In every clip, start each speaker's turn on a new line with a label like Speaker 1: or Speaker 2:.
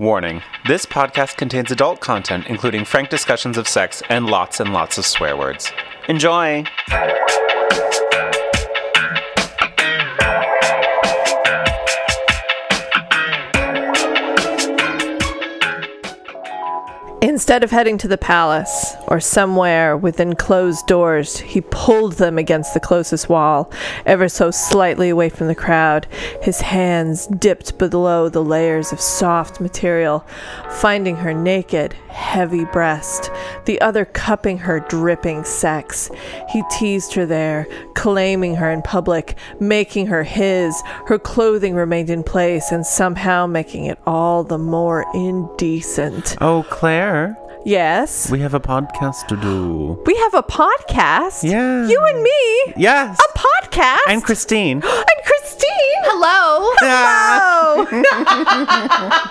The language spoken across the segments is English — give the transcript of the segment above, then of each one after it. Speaker 1: Warning This podcast contains adult content, including frank discussions of sex and lots and lots of swear words. Enjoy!
Speaker 2: Instead of heading to the palace or somewhere within closed doors, he pulled them against the closest wall, ever so slightly away from the crowd, his hands dipped below the layers of soft material, finding her naked, heavy breast, the other cupping her dripping sex. He teased her there, claiming her in public, making her his. Her clothing remained in place and somehow making it all the more indecent.
Speaker 1: Oh, Claire,
Speaker 2: Yes.
Speaker 1: we have a podcast to do.
Speaker 2: We have a podcast.
Speaker 1: Yeah.
Speaker 2: You and me.
Speaker 1: Yes!
Speaker 2: A podcast.
Speaker 1: I'm Christine.
Speaker 2: And Christine. Hello.
Speaker 1: Ah.
Speaker 2: Hello.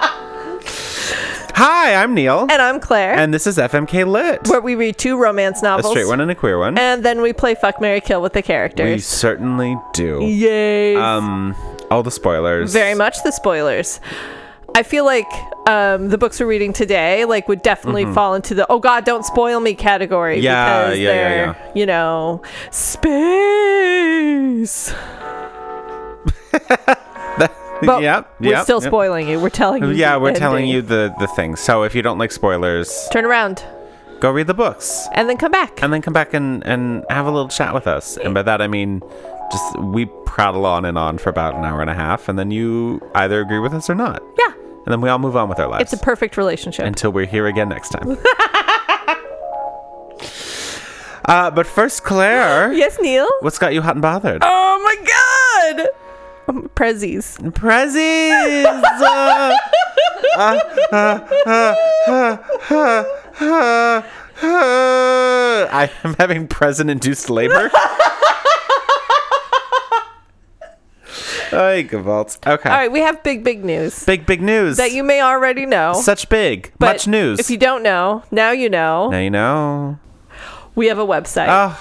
Speaker 1: Hi, I'm Neil.
Speaker 2: and I'm Claire.
Speaker 1: And this is FMK Lit.
Speaker 2: where we read two romance
Speaker 1: a
Speaker 2: novels.
Speaker 1: straight one and a queer one.
Speaker 2: And then we play fuck, Mary kill with the
Speaker 1: We
Speaker 2: characters.
Speaker 1: certainly do.
Speaker 2: Yay.
Speaker 1: Um, all the spoilers.
Speaker 2: Very much the spoilers. I feel like um, the books we're reading today like would definitely fall into the oh god don't spoil me category
Speaker 1: Mm-hmm. Yeah,
Speaker 2: because
Speaker 1: yeah, yeah,
Speaker 2: they're
Speaker 1: yeah.
Speaker 2: you know space but
Speaker 1: yep.
Speaker 2: we're
Speaker 1: yep,
Speaker 2: still
Speaker 1: yep.
Speaker 2: spoiling you we're telling you
Speaker 1: Yeah,
Speaker 2: the
Speaker 1: we're telling
Speaker 2: ending.
Speaker 1: you the, the thing. So if you don't like spoilers,
Speaker 2: turn around
Speaker 1: go read the books.
Speaker 2: and then come back.
Speaker 1: and then come back and, and have a little chat with us. And by that I mean just we prattle on and on for about an hour and a half, and then you either agree with us or not.
Speaker 2: yeah,
Speaker 1: And then we all move on with our lives
Speaker 2: it's a perfect relationship.
Speaker 1: until we're here again next time. uh, but first, Claire,
Speaker 2: yes, Neil.
Speaker 1: what's got you hot and bothered?
Speaker 2: Oh my God. Um, Prezzies.
Speaker 1: Prezzies! Uh, uh, uh, uh, uh, uh, uh, uh. I am having present induced labor. Ay, Gewalt. Okay.
Speaker 2: All right, we have big, big news
Speaker 1: Big, big news.
Speaker 2: that you may already know.
Speaker 1: Such big.
Speaker 2: but
Speaker 1: Much news.
Speaker 2: If you don't know, now you know.
Speaker 1: now you know.
Speaker 2: We have a website.
Speaker 1: Oh,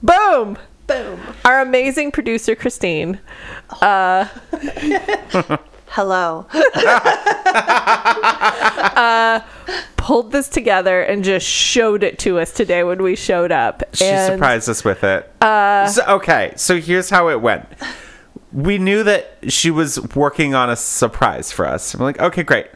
Speaker 3: Boom!
Speaker 2: Boom.
Speaker 3: Boom! Oh.
Speaker 2: Our amazing producer, Christine. Uh,
Speaker 3: Hello.
Speaker 2: Uh, Pulled this together and just showed it to us today when we showed up.
Speaker 1: she
Speaker 2: and
Speaker 1: surprised us with it. Uh, so, okay, so here's how it went. we knew that she was working on a surprise for us. I'm like, okay, great.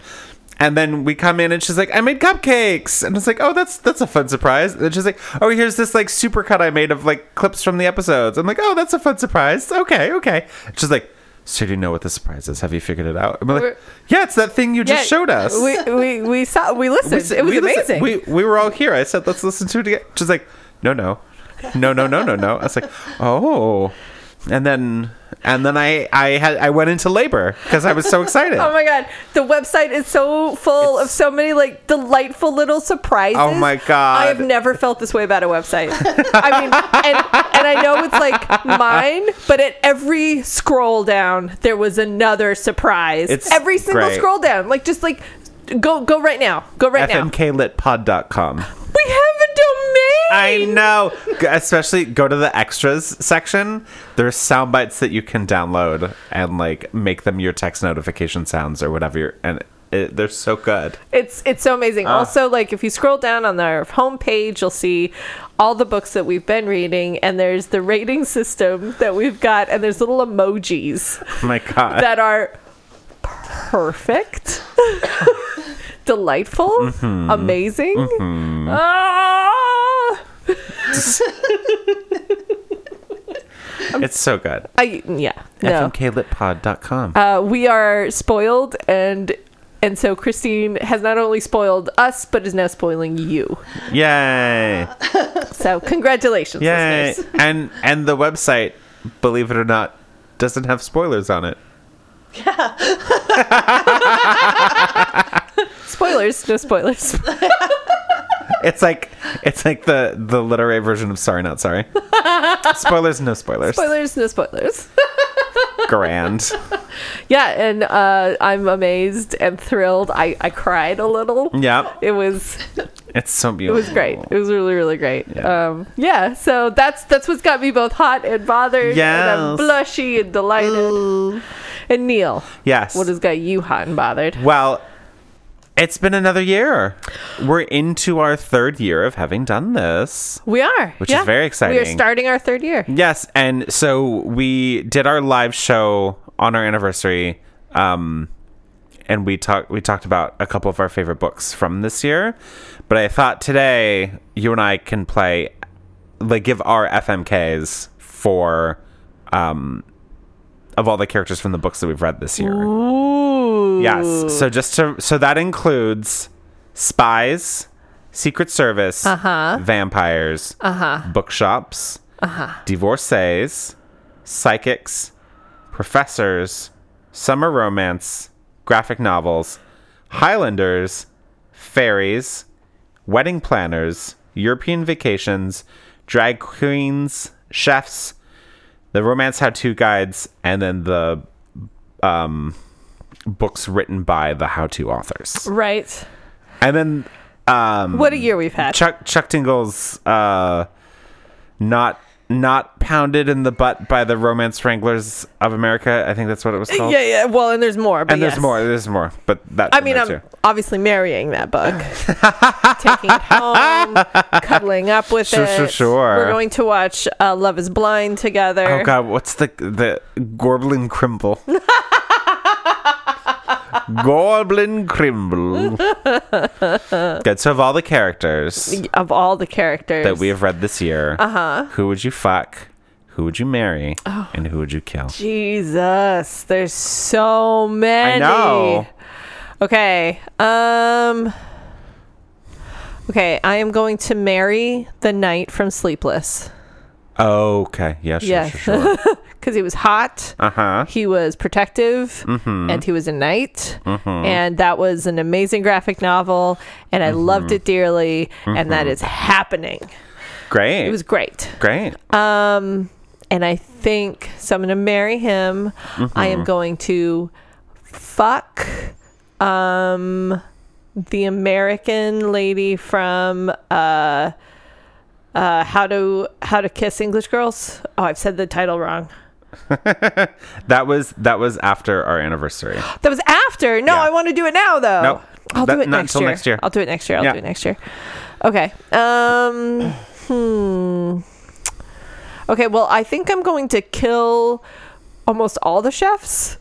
Speaker 1: And then we come in and she's like, I made cupcakes. And it's like, oh, that's that's a fun surprise. And she's like, oh, here's this like super cut I made of like clips from the episodes. I'm like, oh, that's a fun surprise. Okay, okay. She's like, so do you know what the surprise is? Have you figured it out? I'm
Speaker 2: We're-
Speaker 1: like, yeah, it's that thing you
Speaker 2: Yeah,
Speaker 1: just showed us.
Speaker 2: We, we, we saw, we listened.
Speaker 1: We-
Speaker 2: it was
Speaker 1: we listen-
Speaker 2: amazing.
Speaker 1: we we were all here. I said, let's listen to it again. She's like, no, no, no, no, no, no, no. I was like, oh, and then and then I I had I went into labor because I was so excited.
Speaker 2: Oh my god, the website is so full of so many like delightful little surprises.
Speaker 1: Oh my God.
Speaker 2: I have never felt this way about a website. I mean, and, and I know it's like mine, but at every scroll down, there was another surprise.
Speaker 1: It's
Speaker 2: every single
Speaker 1: great.
Speaker 2: scroll down, like just like go go right now, go right now.
Speaker 1: FMKLitPod.com.
Speaker 2: We have a
Speaker 1: I
Speaker 2: domain.
Speaker 1: know. G- Especially go to the extras section. There's sound bites that you can download and like make them your text notification sounds or whatever. You're, and it, they're so good.
Speaker 2: It's it's so amazing. also, like if you scroll down on our homepage, you'll see all the books that we've been reading, and there's the rating system that we've got, and there's little emojis.
Speaker 1: Oh my god.
Speaker 2: that are perfect, delightful, amazing. Ah!
Speaker 1: it's so good.
Speaker 2: I yeah no.
Speaker 1: FMKLitPod.com.
Speaker 2: Uh, we are spoiled and. And so Christine has not only spoiled us, but is now spoiling you.
Speaker 1: Yay.
Speaker 2: So congratulations,
Speaker 1: Yay!
Speaker 2: listeners.
Speaker 1: and and the website, believe it or not, doesn't have spoilers on it.
Speaker 2: Spoilers, no spoilers.
Speaker 1: It's like it's like the the literary version of Sorry Not Sorry. spoilers, no spoilers.
Speaker 2: spoilers, no spoilers.
Speaker 1: Grand.
Speaker 2: Yeah, and uh, I'm amazed and thrilled. I, I cried a little.
Speaker 1: Yeah,
Speaker 2: It was
Speaker 1: it's so
Speaker 2: It
Speaker 1: beautiful.
Speaker 2: was great. It was really, really great.
Speaker 1: Yeah.
Speaker 2: Yeah. Um, yeah. So that's that's what's got me both hot and bothered. And I'm
Speaker 1: Yes.
Speaker 2: blushy and delighted. And Neil,
Speaker 1: Yes.
Speaker 2: what has got you hot and bothered?
Speaker 1: well, It's been another year. We're into our third year of having done this.
Speaker 2: We are.
Speaker 1: Which is
Speaker 2: yeah.
Speaker 1: very
Speaker 2: We are
Speaker 1: exciting.
Speaker 2: starting our third year.
Speaker 1: Yes, and so we did our live show on our anniversary, um, and we talked we talked about a couple of our favorite books from this year. But I thought today you and I can play, like, give our FMKs for, um, of all the characters from the books that we've read this year.
Speaker 2: Ooh.
Speaker 1: Yes. So just to so that includes spies, secret service,
Speaker 2: Uh-huh.
Speaker 1: vampires, uh-huh. bookshops, uh-huh. divorcees, psychics, professors, summer romance, graphic novels, Highlanders, fairies, wedding planners, European vacations, drag queens, chefs, the romance how-to guides, and then the um, books written by the how-to authors.
Speaker 2: Right.
Speaker 1: And then um,
Speaker 2: What a year we've had.
Speaker 1: Chuck Chuck Tingle's uh, not not pounded in the butt by the Romance Wranglers of America. I think that's what it was called.
Speaker 2: yeah, yeah. Well, and there's more. But
Speaker 1: And there's
Speaker 2: yes.
Speaker 1: more. There's more. But that
Speaker 2: I mean, I'm obviously marrying that book, taking it home, cuddling up with
Speaker 1: Sure,
Speaker 2: it.
Speaker 1: sure, sure.
Speaker 2: We're going to watch uh, Love Is Blind together.
Speaker 1: Oh god, what's the the Gorblin Crimble? Gorblin Crimble. Good. So of all the characters
Speaker 2: Of all the characters,
Speaker 1: that we have read this year, uh-huh. who would you fuck? Who would you marry?
Speaker 2: Oh.
Speaker 1: And who would you kill?
Speaker 2: Jesus, there's so many.
Speaker 1: I know.
Speaker 2: Okay. Um. Okay, I am going to marry the knight from Sleepless
Speaker 1: Okay. Yeah, sure,
Speaker 2: Yes.
Speaker 1: sure, sure.
Speaker 2: because he was hot.
Speaker 1: Uh-huh.
Speaker 2: he was protective and he was a knight and that was an amazing graphic novel and i loved it dearly and that is happening
Speaker 1: Great.
Speaker 2: it was great
Speaker 1: great.
Speaker 2: um and i think so i'm gonna marry him i am going to fuck um the american lady from uh uh, how to how to kiss English girls? Oh, I've said the title wrong.
Speaker 1: That was that was after our anniversary.
Speaker 2: That was after. No,
Speaker 1: Yeah.
Speaker 2: I want to do it now though.
Speaker 1: Nope.
Speaker 2: I'll
Speaker 1: That-
Speaker 2: do it
Speaker 1: not
Speaker 2: next
Speaker 1: until
Speaker 2: year.
Speaker 1: next year.
Speaker 2: I'll do it next year. I'll
Speaker 1: Yeah.
Speaker 2: do it next year. Okay. Um hmm. Okay, well, I think I'm going to kill almost all the chefs,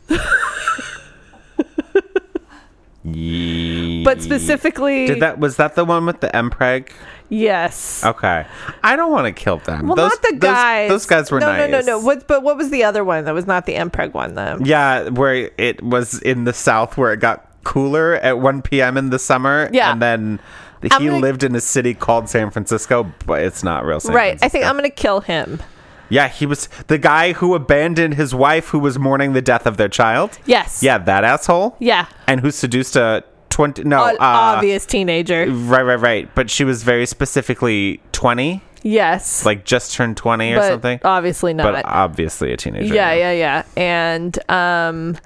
Speaker 1: Ye-
Speaker 2: but specifically
Speaker 1: Did that was that the one with the Mpreg?
Speaker 2: Yes.
Speaker 1: Okay. I don't want to kill them.
Speaker 2: Well,
Speaker 1: those,
Speaker 2: not the
Speaker 1: those-
Speaker 2: guys.
Speaker 1: Those, guys were
Speaker 2: no,
Speaker 1: nice.
Speaker 2: No, no, no, What? But what was the other one that was not the Mpreg one? Though.
Speaker 1: Yeah, where it was in the south where it got cooler at 1 p.m. in the summer.
Speaker 2: Yeah.
Speaker 1: And then he
Speaker 2: I'm gonna-
Speaker 1: lived in a city called San Francisco, but it's not real San
Speaker 2: Right. I
Speaker 1: Francisco.
Speaker 2: think I'm gonna kill him.
Speaker 1: Yeah, he was the guy who abandoned his wife who was mourning the death of their child.
Speaker 2: Yes.
Speaker 1: Yeah, that asshole.
Speaker 2: Yeah.
Speaker 1: And who seduced a 20. No,
Speaker 2: An
Speaker 1: uh,
Speaker 2: obvious teenager.
Speaker 1: Right, right, right. But she was very specifically 20,
Speaker 2: Yes.
Speaker 1: like just turned 20 or
Speaker 2: but
Speaker 1: something.
Speaker 2: Obviously not.
Speaker 1: But obviously a teenager.
Speaker 2: yeah yeah yeah and um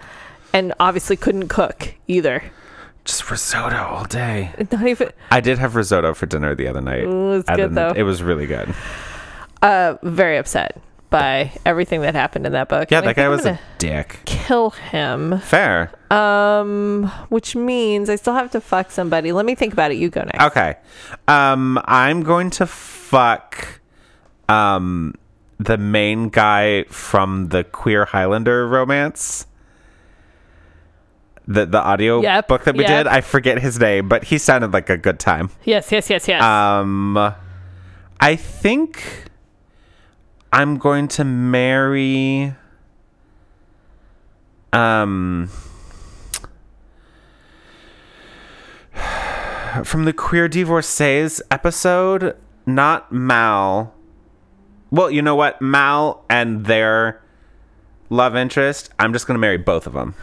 Speaker 2: and obviously couldn't cook either
Speaker 1: Just risotto all day.
Speaker 2: not even
Speaker 1: I did have risotto for dinner the other night.
Speaker 2: Ooh, it's
Speaker 1: I
Speaker 2: good,
Speaker 1: didn't-
Speaker 2: though.
Speaker 1: It was really good.
Speaker 2: uh very upset by everything that happened in that book
Speaker 1: Yeah,
Speaker 2: And I
Speaker 1: that guy
Speaker 2: think I'm
Speaker 1: was a
Speaker 2: gonna
Speaker 1: dick.
Speaker 2: kill him
Speaker 1: Fair.
Speaker 2: um which means i still have to fuck somebody let me think about it you go next
Speaker 1: Okay. Um, I'm going to fuck um the main guy from the queer Highlander romance. The the audio
Speaker 2: Yep,
Speaker 1: book that we
Speaker 2: yep.
Speaker 1: did. I forget his name, but he sounded like a good time.
Speaker 2: yes yes yes yes
Speaker 1: Um I think I'm going to marry um from the queer divorcees episode, not Mal. Well, you know what? Mal and their love interest. I'm just going to marry both of them.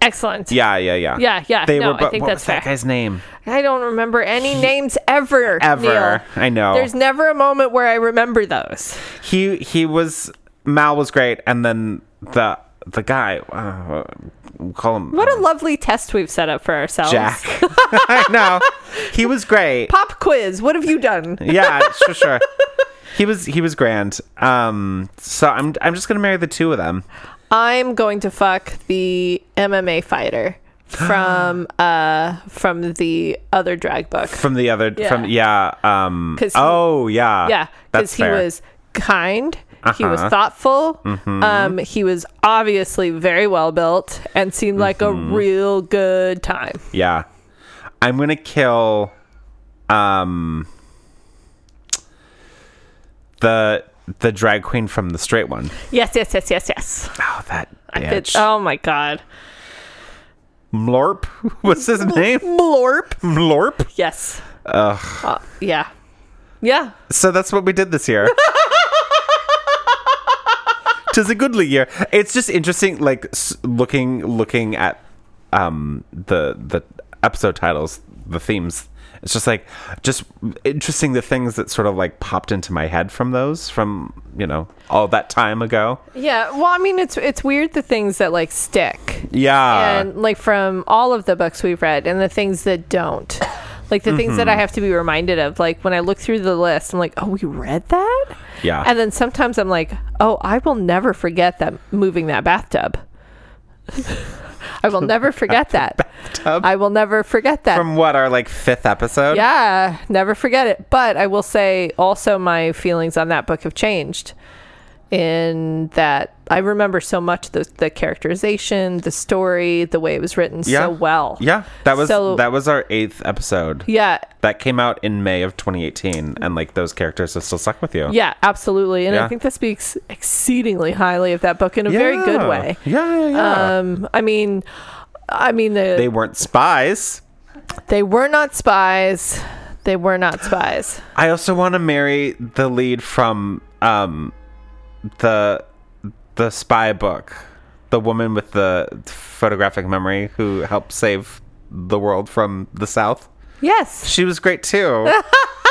Speaker 2: excellent
Speaker 1: Yeah, yeah, yeah.
Speaker 2: Yeah, yeah.
Speaker 1: They
Speaker 2: No,
Speaker 1: were
Speaker 2: I
Speaker 1: bo-
Speaker 2: think
Speaker 1: what
Speaker 2: that's
Speaker 1: was that
Speaker 2: fair.
Speaker 1: guy's name?
Speaker 2: i don't remember any names ever
Speaker 1: Ever. Oh.
Speaker 2: Neil.
Speaker 1: I know.
Speaker 2: there's never a moment where i remember those
Speaker 1: he he was Mal was great, and then the the guy uh, we'll call him
Speaker 2: what a lovely test we've set up for ourselves
Speaker 1: Oh. Jack. I know he was great.
Speaker 2: pop quiz what have you done
Speaker 1: Yeah, sure, sure. He was he was grand. Um, so I'm I'm just gonna marry the two of them.
Speaker 2: I'm going to fuck the MMA fighter from uh from the other drag book.
Speaker 1: from the other
Speaker 2: Yeah.
Speaker 1: from yeah um
Speaker 2: 'Cause he-
Speaker 1: oh yeah
Speaker 2: Yeah, because
Speaker 1: That's
Speaker 2: he
Speaker 1: fair.
Speaker 2: was kind. He was
Speaker 1: Uh-huh. Mm-hmm.
Speaker 2: thoughtful. Um, he was obviously very well built and seemed like
Speaker 1: Mm-hmm.
Speaker 2: a real good time.
Speaker 1: yeah i'm gonna kill um the the drag queen from the straight one.
Speaker 2: Yes, yes, yes, yes, yes.
Speaker 1: Oh, that bitch.
Speaker 2: It- oh my god,
Speaker 1: Mlorp. What's his name?
Speaker 2: blorp.
Speaker 1: Mlorp.
Speaker 2: Yes. Uh, yeah, yeah.
Speaker 1: So that's what we did this year. Tis a goodly year. It's just interesting, like s- looking looking at um the the episode titles, the themes. It's just like just interesting the things that sort of like popped into my head from those from you know all that time ago.
Speaker 2: Yeah. Well, I mean, it's it's weird the things that like stick.
Speaker 1: Yeah,
Speaker 2: and like from all of the books we've read and the things that don't like the things
Speaker 1: Mm-hmm.
Speaker 2: that i have to be reminded of like when i look through the list i'm like oh we read that
Speaker 1: Yeah.
Speaker 2: and then sometimes i'm like oh i will never forget that moving that bathtub i will never forget that
Speaker 1: Bathtub?
Speaker 2: i will never forget that
Speaker 1: from what our like fifth episode.
Speaker 2: yeah never forget it but i will say also my feelings on that book have changed in that i remember so much the, the characterization the story the way it was written
Speaker 1: yeah,
Speaker 2: so well
Speaker 1: Yeah, that was
Speaker 2: So-
Speaker 1: that was our eighth episode.
Speaker 2: yeah
Speaker 1: That came out in May of 2018, and like those characters have still stuck with you.
Speaker 2: yeah absolutely and i
Speaker 1: Yeah.
Speaker 2: think that speaks exceedingly highly of that book in a very good
Speaker 1: Yeah.
Speaker 2: way
Speaker 1: Yeah, yeah, yeah.
Speaker 2: um i mean i mean the,
Speaker 1: they weren't spies.
Speaker 2: they were not spies they were not spies
Speaker 1: I also want to marry the lead from um the the spy book, the woman with the photographic memory who helped save the world from the South.
Speaker 2: yes
Speaker 1: She was great too.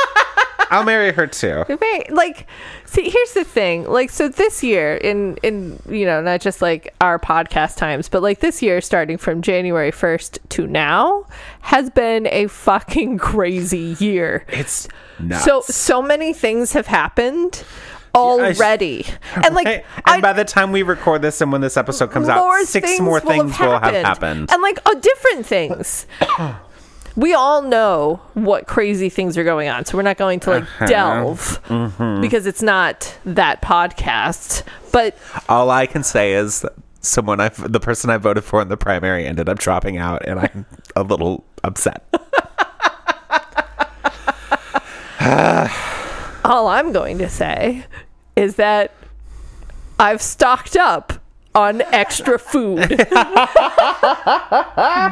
Speaker 1: I'll marry her too.
Speaker 2: Very, like, see, here's the thing. Like, so this year, in in you know, not just like our podcast times, but like this year, starting from January first to now, has been a fucking crazy year.
Speaker 1: It's nuts.
Speaker 2: So so many things have happened
Speaker 1: I s-
Speaker 2: already, and like
Speaker 1: Right? and
Speaker 2: I-
Speaker 1: by the time we record this and when this episode comes
Speaker 2: more
Speaker 1: out, six more things will have happened.
Speaker 2: and like oh, different things. we all know what crazy things are going on, so we're not going to like
Speaker 1: Uh-huh.
Speaker 2: delve
Speaker 1: Mm-hmm.
Speaker 2: because it's not that podcast. But
Speaker 1: All I can say is that someone I the person I voted for in the primary ended up dropping out, and I'm a little upset.
Speaker 2: all I'm going to say is that I've stocked up on extra food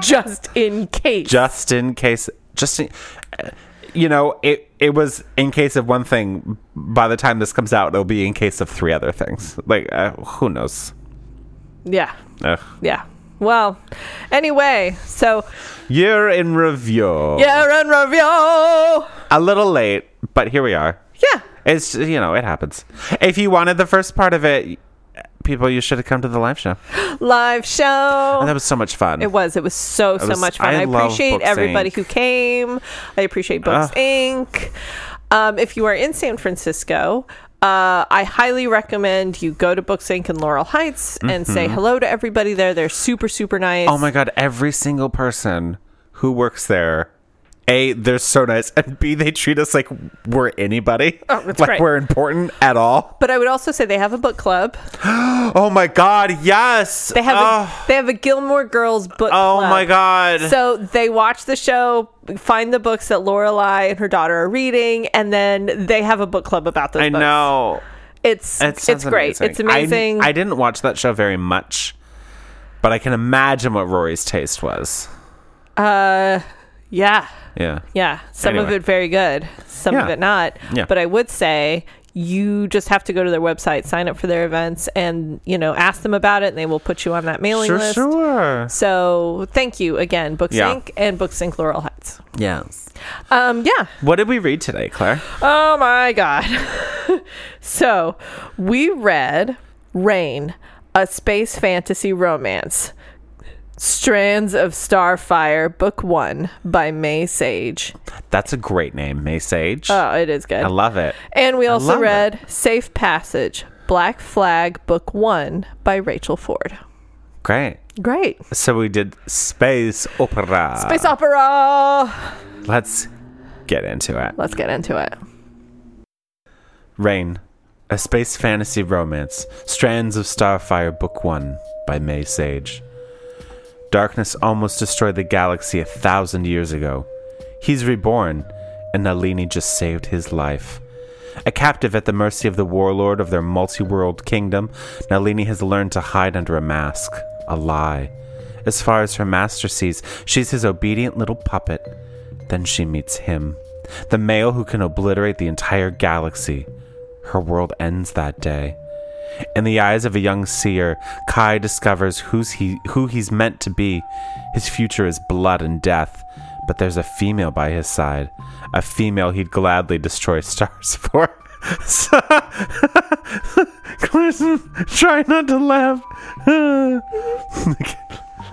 Speaker 2: just in case.
Speaker 1: Just in case, just in, you know, it it was in case of one thing. By the time this comes out, it'll be in case of three other things. Like uh, who knows?
Speaker 2: yeah,
Speaker 1: Ugh.
Speaker 2: yeah. Well, anyway, so
Speaker 1: Year in review.
Speaker 2: yeah, and review.
Speaker 1: A little late, but here we are.
Speaker 2: Yeah.
Speaker 1: It's you know it happens. If you wanted the first part of it, people, you should have come to the live show.
Speaker 2: Live show.
Speaker 1: And that was so much fun.
Speaker 2: it was. It was so, so
Speaker 1: was-
Speaker 2: much fun. I,
Speaker 1: I love
Speaker 2: appreciate
Speaker 1: Books,
Speaker 2: everybody
Speaker 1: Inc.
Speaker 2: who came. I appreciate Books
Speaker 1: Ah.
Speaker 2: Inc. Um, if you are in San Francisco, uh, I highly recommend you go to Books Inc. in Laurel Heights and say hello to everybody there. They're super, super nice.
Speaker 1: Mm-hmm. Oh my god, every single person who works there, A, they're so nice, and B, they treat us like we're anybody.
Speaker 2: Oh, that's
Speaker 1: like
Speaker 2: great.
Speaker 1: we're important at all.
Speaker 2: But I would also say they have a book club.
Speaker 1: Oh my god, yes.
Speaker 2: They have
Speaker 1: oh,
Speaker 2: a, they have a Gilmore Girls book
Speaker 1: oh
Speaker 2: club.
Speaker 1: my god.
Speaker 2: So they watch the show, find the books that Lorelai and her daughter are reading, and then they have a book club about those
Speaker 1: I
Speaker 2: books.
Speaker 1: know.
Speaker 2: It's
Speaker 1: It
Speaker 2: it's
Speaker 1: sounds
Speaker 2: great. It's
Speaker 1: I-
Speaker 2: amazing.
Speaker 1: I, didn't watch that show very much, but I can imagine what Rory's taste was.
Speaker 2: Uh, yeah.
Speaker 1: Yeah.
Speaker 2: Yeah. Some of
Speaker 1: Anyway.
Speaker 2: it very good, some of
Speaker 1: Yeah.
Speaker 2: it not.
Speaker 1: Yeah.
Speaker 2: But I would say you just have to go to their website, sign up for their events, and you know ask them about it, and they will put you on that mailing
Speaker 1: Sure,
Speaker 2: list.
Speaker 1: sure.
Speaker 2: So thank you again, Books
Speaker 1: Yeah.
Speaker 2: Inc. and Books Inc. Laurel Heights.
Speaker 1: Yes.
Speaker 2: Um, yeah.
Speaker 1: What did we read today, Claire?
Speaker 2: Oh my God. so we read Rain, a space fantasy romance. Strands of Starfire, Book One by May Sage.
Speaker 1: That's a great name, May Sage.
Speaker 2: Oh, it is good.
Speaker 1: I love it.
Speaker 2: and we also
Speaker 1: love it.
Speaker 2: read Safe Passage, Black Flag, Book One by Rachel Ford.
Speaker 1: Great.
Speaker 2: Great.
Speaker 1: So we did space opera.
Speaker 2: Space opera.
Speaker 1: Let's get into it.
Speaker 2: Let's get into it.
Speaker 1: Rain, a space fantasy romance. Strands of Starfire, Book One by May Sage. Darkness almost destroyed the galaxy a thousand years ago. He's reborn, and Nalini just saved his life. A captive at the mercy of the warlord of their multi world kingdom, Nalini has learned to hide under a mask, a lie. As far as her master sees, she's his obedient little puppet. Then she meets him, the male who can obliterate the entire galaxy. Her world ends that day. In the eyes of a young seer, Kai discovers who's he, who he's meant to be. His future is blood and death, but there's a female by his side, a female he'd gladly destroy stars for. So- Clinton, try not to laugh.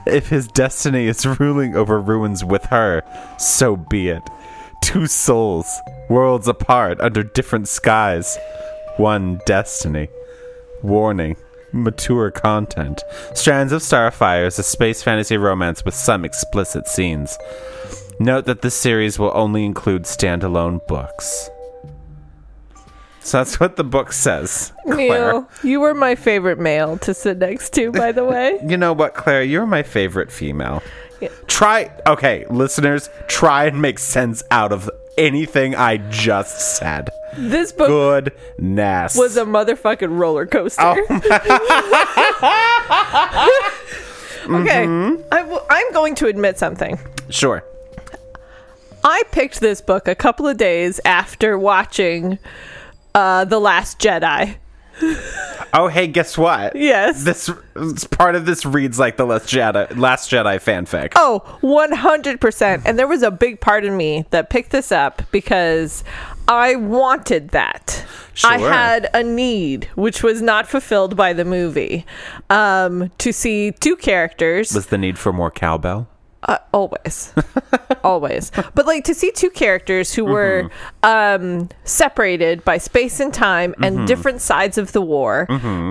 Speaker 1: if his destiny is ruling over ruins with her, so be it. Two souls, worlds apart under different skies, one destiny. Warning. Mature content. Strands of Starfire is a space fantasy romance with some explicit scenes. Note that this series will only include standalone books. So that's what the book says. Claire.
Speaker 2: Neil, you were my favorite male to sit next to, by the way.
Speaker 1: You know what, Claire? You're my favorite female.
Speaker 2: Yeah.
Speaker 1: Try, okay, listeners, try and make sense out of anything I just said.
Speaker 2: This book
Speaker 1: Good nest.
Speaker 2: was a motherfucking roller coaster. okay, I w- I'm going to admit something.
Speaker 1: sure.
Speaker 2: I picked this book a couple of days after watching uh, The Last Jedi.
Speaker 1: Oh, hey, guess what?
Speaker 2: Yes.
Speaker 1: This, this part of this reads like the Last Jedi, Last Jedi fanfic.
Speaker 2: Oh, 100%. And there was a big part of me that picked this up because I wanted that. I
Speaker 1: Sure.
Speaker 2: had a need, which was not fulfilled by the movie, um, to see two characters.
Speaker 1: Was the need for more cowbell?
Speaker 2: uh, always always but like to see two characters who were um separated by space and time and different sides of the war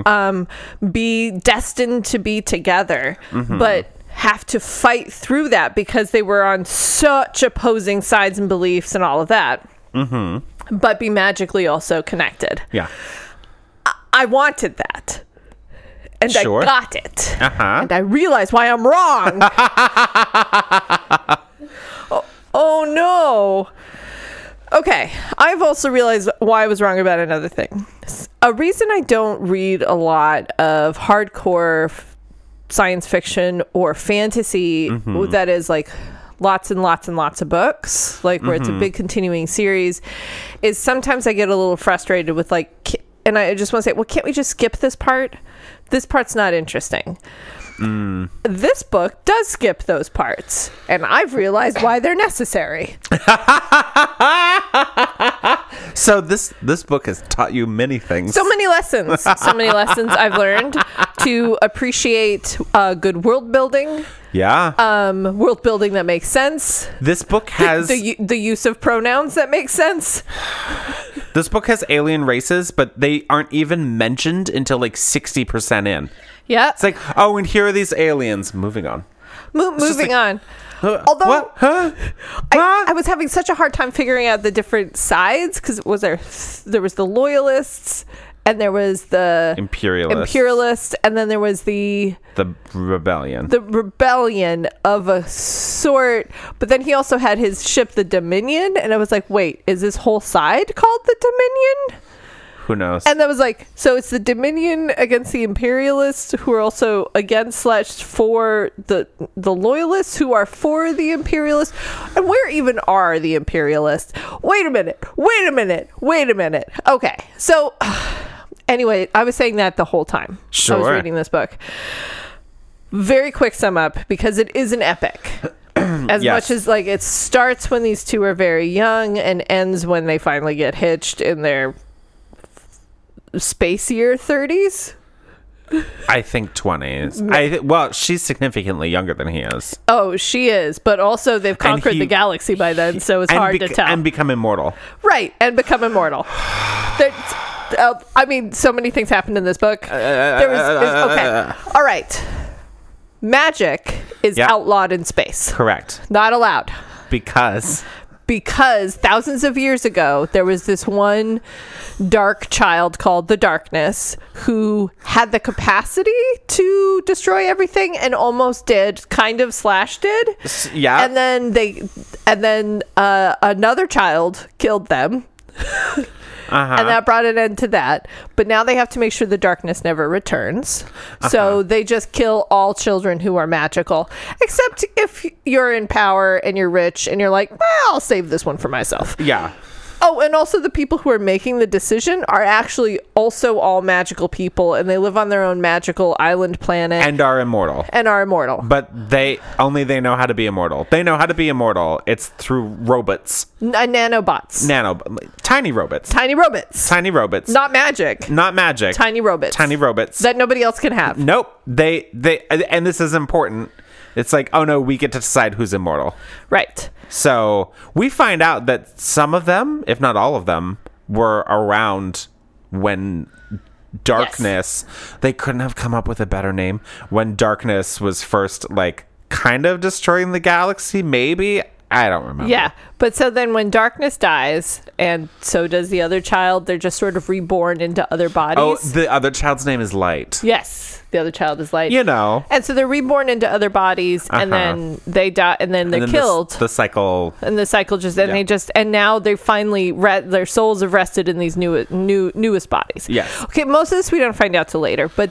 Speaker 2: um be destined to be together but have to fight through that because they were on such opposing sides and beliefs and all of that but be magically also connected
Speaker 1: Yeah.
Speaker 2: i wanted that and
Speaker 1: Sure.
Speaker 2: i got it
Speaker 1: Uh huh.
Speaker 2: and I realize why I'm wrong. oh, oh no. Okay, I've also realized why I was wrong about another thing. S- A reason I don't read a lot of hardcore f- science fiction or fantasy that is like lots and lots and lots of books, like where it's a big continuing series, is sometimes I get a little frustrated with like, ki- and I just want to say, well, can't we just skip this part? This part's not interesting this book does skip those parts, and I've realized why they're necessary.
Speaker 1: So this this book has taught you many things.
Speaker 2: So many lessons, so many lessons I've learned to appreciate uh, good world building,
Speaker 1: yeah.
Speaker 2: um, world building that makes sense,
Speaker 1: this book has
Speaker 2: the u- the use of pronouns that makes sense.
Speaker 1: this book has alien races, but they aren't even mentioned until like sixty percent in.
Speaker 2: Yeah.
Speaker 1: It's like, oh, and here are these aliens. Moving on.
Speaker 2: Mo- moving on.
Speaker 1: Huh,
Speaker 2: Although-
Speaker 1: what? Huh?
Speaker 2: I,
Speaker 1: Huh?
Speaker 2: I was having such a hard time figuring out the different sides because was there there was the loyalists and there was the
Speaker 1: imperialist,
Speaker 2: imperialists and then there was the
Speaker 1: the rebellion.
Speaker 2: the rebellion of a sort, but then he also had his ship, the Dominion, and I was like, wait, is this whole side called the Dominion?
Speaker 1: Who knows?
Speaker 2: And that was like, so it's the Dominion against the Imperialists, who are also against slash for the the Loyalists, who are for the Imperialists, and where even are the Imperialists? Wait a minute, wait a minute, wait a minute. Okay, so. Anyway, I was saying that the whole time I was
Speaker 1: Sure.
Speaker 2: reading this book. Very quick sum up because it is an epic. As
Speaker 1: Yes.
Speaker 2: much as like it starts when these two are very young and ends when they finally get hitched in their spacier 30s.
Speaker 1: I think twenties. I th- well, she's significantly younger than he is,
Speaker 2: Oh, she is, but also they've conquered
Speaker 1: he-
Speaker 2: the galaxy by then, so it's
Speaker 1: and
Speaker 2: hard
Speaker 1: bec-
Speaker 2: to tell.
Speaker 1: and become immortal.
Speaker 2: right, and become immortal. There's-
Speaker 1: Uh,
Speaker 2: uh, I mean, so many things happened in this book. There was, is- okay, all right. Magic is
Speaker 1: Yeah.
Speaker 2: outlawed in space.
Speaker 1: Correct.
Speaker 2: Not allowed.
Speaker 1: Because
Speaker 2: Because thousands of years ago, there was this one dark child called the Darkness who had the capacity to destroy everything and almost did, kind of slash did.
Speaker 1: S- yeah.
Speaker 2: And then they, and then uh, another child killed them.
Speaker 1: uh-huh.
Speaker 2: and that brought an end to that. But now they have to make sure the darkness never returns. So they just kill all children who are magical, except if you're in power and you're rich and you're like, well, I'll save this one for myself.
Speaker 1: yeah.
Speaker 2: Oh, and also the people who are making the decision are actually also all magical people, and they live on their own magical island planet and,
Speaker 1: And are immortal.
Speaker 2: are immortal.
Speaker 1: But they only they know how to be immortal. They know how to be immortal. It's through robots.
Speaker 2: N- uh, nanobots,
Speaker 1: Nano tiny robots.
Speaker 2: tiny robots,
Speaker 1: Tiny robots.
Speaker 2: not magic,
Speaker 1: Not magic.
Speaker 2: tiny robots,
Speaker 1: tiny robots.
Speaker 2: that nobody else can have.
Speaker 1: Nope. They they and this is important. It's like, oh no, we get to decide who's immortal.
Speaker 2: Right.
Speaker 1: So we find out that some of them, if not all of them, were around when darkness they couldn't have come up with a better name when darkness was first like kind of destroying the galaxy maybe i don't remember
Speaker 2: Yeah, but so then when darkness dies, and so does the other child, they're just sort of reborn into other bodies.
Speaker 1: oh the other child's name is light
Speaker 2: yes, the other child is light.
Speaker 1: you know
Speaker 2: and so they're reborn into other bodies, and
Speaker 1: Uh-huh.
Speaker 2: then they die, and then they're
Speaker 1: And then the-
Speaker 2: killed,
Speaker 1: the, cycle
Speaker 2: and the cycle just, and
Speaker 1: Yeah.
Speaker 2: they just, and now they finally re- their souls have rested in these new, new, newest bodies.
Speaker 1: Yes.
Speaker 2: Okay, most of this we don't find out till later, but,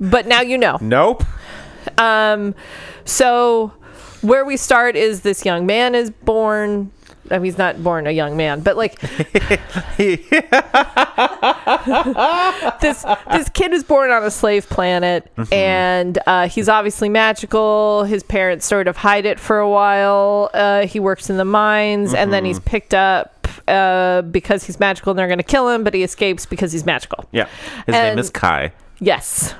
Speaker 2: but now you know.
Speaker 1: nope
Speaker 2: Um, so where we start is this young man is born. I mean, he's not born a young man, but like this this kid is born on a slave planet, and uh, he's obviously magical. His parents sort of hide it for a while. Uh, he works in the mines, and then he's picked up uh, because he's magical, and they're going to kill him. But he escapes because he's magical.
Speaker 1: yeah his name
Speaker 2: And-
Speaker 1: is kai
Speaker 2: Yes,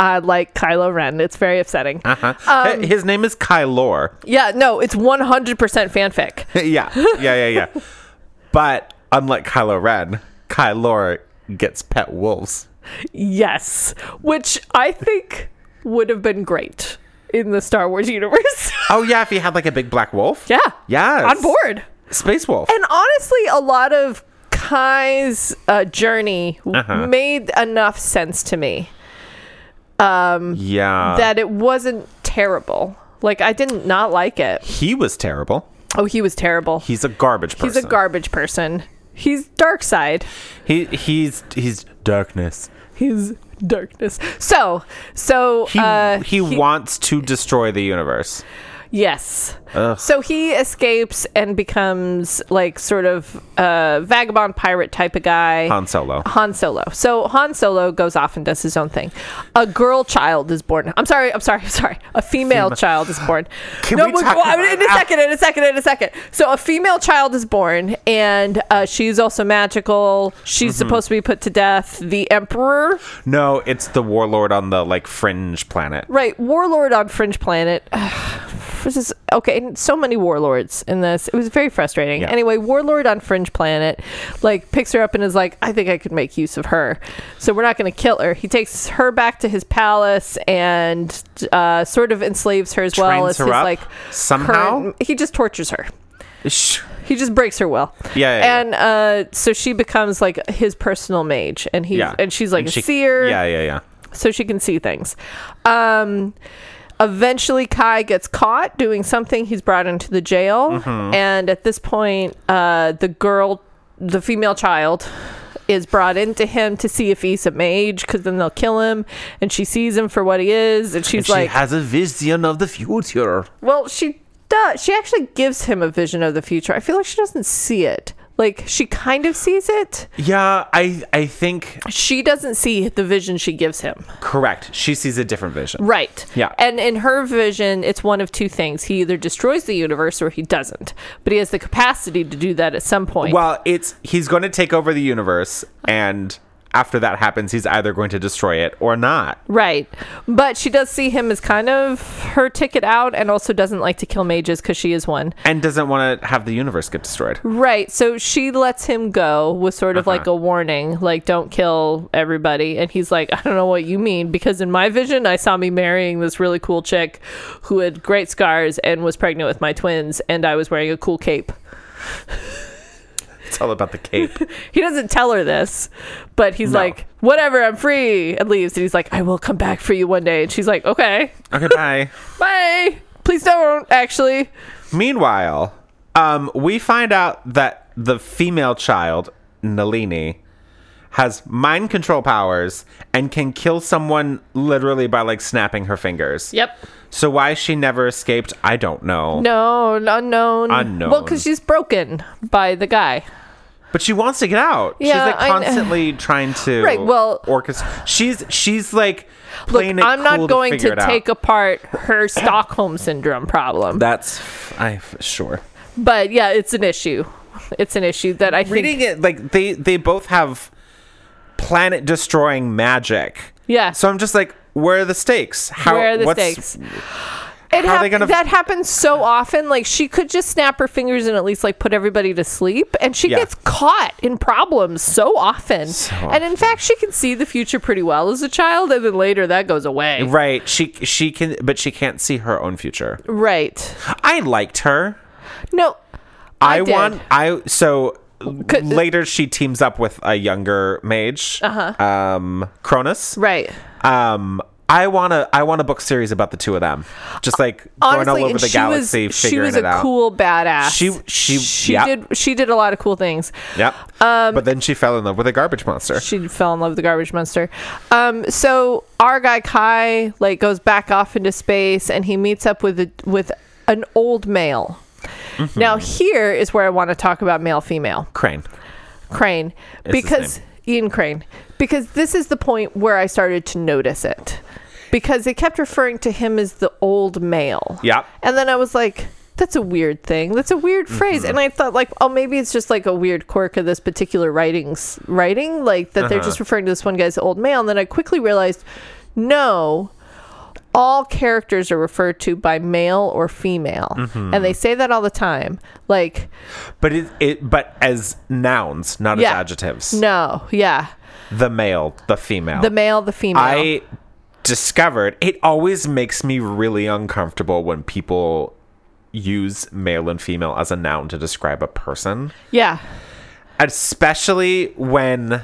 Speaker 2: uh, like Kylo Ren. It's very upsetting.
Speaker 1: uh-huh
Speaker 2: Um,
Speaker 1: H- his name is kai lore
Speaker 2: Yeah, no, it's one hundred percent fanfic.
Speaker 1: yeah, yeah, yeah, yeah. but unlike Kylo Ren, Kylo gets pet wolves.
Speaker 2: Yes, which I think would have been great in the Star Wars universe.
Speaker 1: Oh yeah, if he had like a big black wolf.
Speaker 2: yeah.
Speaker 1: Yes.
Speaker 2: On board.
Speaker 1: Space wolf.
Speaker 2: And honestly, a lot of Kai's uh, journey w-
Speaker 1: Uh-huh.
Speaker 2: made enough sense to me
Speaker 1: yeah.
Speaker 2: Um, that it wasn't terrible. Like I didn't not like it.
Speaker 1: he was terrible.
Speaker 2: Oh, he was terrible.
Speaker 1: He's a garbage person.
Speaker 2: He's a garbage person. He's dark side.
Speaker 1: He he's he's darkness.
Speaker 2: He's darkness. So, so
Speaker 1: He
Speaker 2: uh,
Speaker 1: he, wants to destroy the universe.
Speaker 2: Yes. So he escapes and becomes like sort of a vagabond pirate type of guy.
Speaker 1: Han Solo.
Speaker 2: Han Solo. So Han Solo goes off and does his own thing. A girl child is born. I'm sorry. I'm sorry. I'm sorry. A female child is born.
Speaker 1: Can we
Speaker 2: we'll-
Speaker 1: talk
Speaker 2: well, I mean,
Speaker 1: about-
Speaker 2: in a second. In a second. In a second. So a female child is born, and uh, she's also magical. She's
Speaker 1: Mm-hmm.
Speaker 2: supposed to be put to death. The Emperor
Speaker 1: No, it's the warlord on the like fringe planet.
Speaker 2: Right, Warlord on Fringe Planet. this is okay. and So many warlords in this. It was very frustrating.
Speaker 1: Yeah.
Speaker 2: Anyway, Warlord on Fringe Planet, like picks her up and is like, "I think I could make use of her." So we're not going to kill her. He takes her back to his palace and uh, sort of enslaves her as well
Speaker 1: Trains
Speaker 2: as
Speaker 1: her
Speaker 2: his
Speaker 1: up
Speaker 2: like
Speaker 1: somehow?
Speaker 2: current- he just tortures her.
Speaker 1: Shh.
Speaker 2: He just breaks her will.
Speaker 1: Yeah, yeah, yeah.
Speaker 2: and uh, so she becomes like his personal mage, and he
Speaker 1: Yeah.
Speaker 2: and she's like a
Speaker 1: she-
Speaker 2: seer
Speaker 1: Yeah, yeah, yeah.
Speaker 2: so she can see things. Um, eventually, Kai gets caught doing something. He's brought into the jail, and at this point, uh, the girl, the female child, is brought into him to see if he's a mage, because then they'll kill him. And she sees him for what he is, and she's
Speaker 1: she
Speaker 2: like,
Speaker 1: has a vision of the future.
Speaker 2: "Well, she does. She actually gives him a vision of the future. I feel like she doesn't see it." Like she kind of sees it.
Speaker 1: Yeah, I I think
Speaker 2: She doesn't see the vision she gives him.
Speaker 1: correct. She sees a different vision.
Speaker 2: Right.
Speaker 1: Yeah.
Speaker 2: And in her vision, it's one of two things. He either destroys the universe or he doesn't. But he has the capacity to do that at some point.
Speaker 1: Well, it's he's going to take over the universe, and after that happens, he's either going to destroy it or not.
Speaker 2: Right. But she does see him as kind of her ticket out and also doesn't like to kill mages because she is one.
Speaker 1: And doesn't want to have the universe get destroyed.
Speaker 2: Right. So she lets him go with sort of like a warning, like, don't kill everybody. And he's like, I don't know what you mean because in my vision, I saw me marrying this really cool chick who had great scars and was pregnant with my twins, and I was wearing a cool cape.
Speaker 1: It's all about the cape.
Speaker 2: He doesn't tell her this, but he's
Speaker 1: No.
Speaker 2: like, whatever, I'm free, and leaves. And he's like, I will come back for you one day. And she's like, okay,
Speaker 1: okay, bye.
Speaker 2: bye. Please don't, actually.
Speaker 1: Meanwhile, um, we find out that the female child, Nalini, has mind control powers and can kill someone literally by like snapping her fingers.
Speaker 2: Yep.
Speaker 1: So why she never escaped, I don't know.
Speaker 2: No, unknown.
Speaker 1: Unknown.
Speaker 2: Well, because she's broken by the guy.
Speaker 1: But she wants to get out.
Speaker 2: Yeah,
Speaker 1: she's
Speaker 2: I
Speaker 1: like
Speaker 2: kn-
Speaker 1: constantly trying to
Speaker 2: Right, well-
Speaker 1: orchestrate. She's she's like
Speaker 2: Look,
Speaker 1: playing it
Speaker 2: I'm
Speaker 1: cool
Speaker 2: not going
Speaker 1: figure
Speaker 2: to
Speaker 1: it out.
Speaker 2: take apart her Stockholm syndrome problem,
Speaker 1: That's I sure.
Speaker 2: but yeah, it's an issue. It's an issue that I
Speaker 1: Reading
Speaker 2: think.
Speaker 1: it like they they both have planet destroying magic.
Speaker 2: Yeah.
Speaker 1: So I'm just like, where are the stakes? How
Speaker 2: where are the
Speaker 1: what's-
Speaker 2: stakes? It
Speaker 1: how are
Speaker 2: hap-
Speaker 1: they gonna-
Speaker 2: that happens so often. Like she could just snap her fingers and at least like put everybody to sleep, and she
Speaker 1: Yeah.
Speaker 2: gets caught in problems so often.
Speaker 1: So
Speaker 2: And in fact, she can see the future pretty well as a child, and then later that goes away.
Speaker 1: Right. She she can but she can't see her own future.
Speaker 2: Right.
Speaker 1: I liked her.
Speaker 2: No.
Speaker 1: I,
Speaker 2: did.
Speaker 1: want I so
Speaker 2: Could-
Speaker 1: later she teams up with a younger mage. Uh-huh. Um Cronus.
Speaker 2: Right.
Speaker 1: um I want to I want a book series about the two of them. Just like going all
Speaker 2: Honestly,
Speaker 1: over
Speaker 2: and
Speaker 1: the
Speaker 2: she
Speaker 1: galaxy
Speaker 2: was she
Speaker 1: figuring
Speaker 2: was
Speaker 1: it
Speaker 2: a
Speaker 1: out.
Speaker 2: cool badass.
Speaker 1: She- she-
Speaker 2: she
Speaker 1: yep.
Speaker 2: did she did a lot of cool things.
Speaker 1: Yep. but then she fell in love with a garbage monster.
Speaker 2: Um, she fell in love with the garbage monster. Um, so our guy Kai like goes back off into space and he meets up with a, with an old male. Now here is where I want to talk about male female
Speaker 1: Crane.
Speaker 2: Crane
Speaker 1: his
Speaker 2: because
Speaker 1: name.
Speaker 2: Ian Crane because this is the point where I started to notice it because they kept referring to him as the old male.
Speaker 1: Yep.
Speaker 2: And then I was like, that's a weird thing. That's a weird phrase. And I thought like, oh, maybe it's just like a weird quirk of this particular writing's writing, like that they're just referring to this one guy as the old male. And then I quickly realized, no, all characters are referred to by male or female. And they say that all the time. Like,
Speaker 1: But it, it but as nouns, not
Speaker 2: Yeah.
Speaker 1: as adjectives.
Speaker 2: no, yeah.
Speaker 1: The male, the female.
Speaker 2: The male, the female.
Speaker 1: I discovered it always makes me really uncomfortable when people use male and female as a noun to describe a person.
Speaker 2: yeah.
Speaker 1: especially when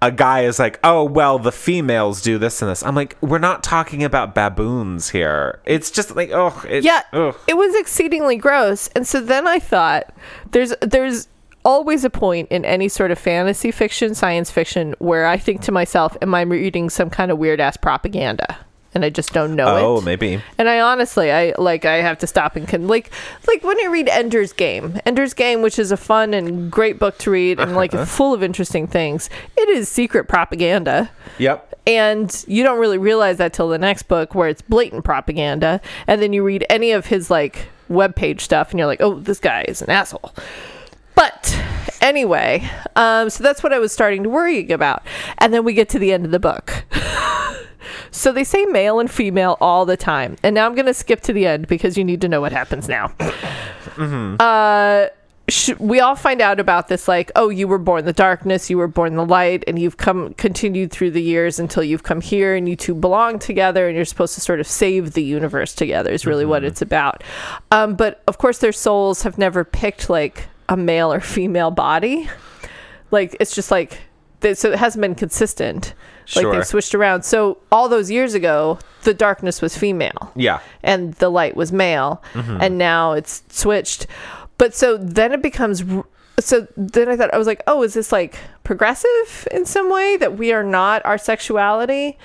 Speaker 1: a guy is like, "Oh, well, the females do this and this." I'm like, "We're not talking about baboons here." It's just like, oh, it,
Speaker 2: Yeah.
Speaker 1: ugh.
Speaker 2: It was exceedingly gross. And so then I thought there's there's always a point in any sort of fantasy fiction, science fiction where I think to myself, am I reading some kind of weird ass propaganda? And I just don't know
Speaker 1: Oh,
Speaker 2: it.
Speaker 1: maybe.
Speaker 2: And I honestly, I like, I have to stop and can like, like when I read Ender's Game, Ender's Game, which is a fun and great book to read and like full of interesting things. It is secret propaganda.
Speaker 1: Yep.
Speaker 2: and you don't really realize that till the next book where it's blatant propaganda and then you read any of his like webpage stuff and you're like oh this guy is an asshole but anyway um, so that's what i was starting to worry about and then we get to the end of the book so they say male and female all the time and now i'm going to skip to the end because you need to know what happens now Uh, sh- we all find out about this like oh you were born in the darkness you were born in the light and you've come continued through the years until you've come here and you two belong together and you're supposed to sort of save the universe together is really what it's about um, but of course their souls have never picked like a male or female body like it's just like th- so it hasn't been consistent like
Speaker 1: Sure.
Speaker 2: they've switched around so all those years ago the darkness was female
Speaker 1: Yeah.
Speaker 2: and the light was male and now it's switched but so then it becomes r- so then i thought i was like oh is this like progressive in some way that we are not our sexuality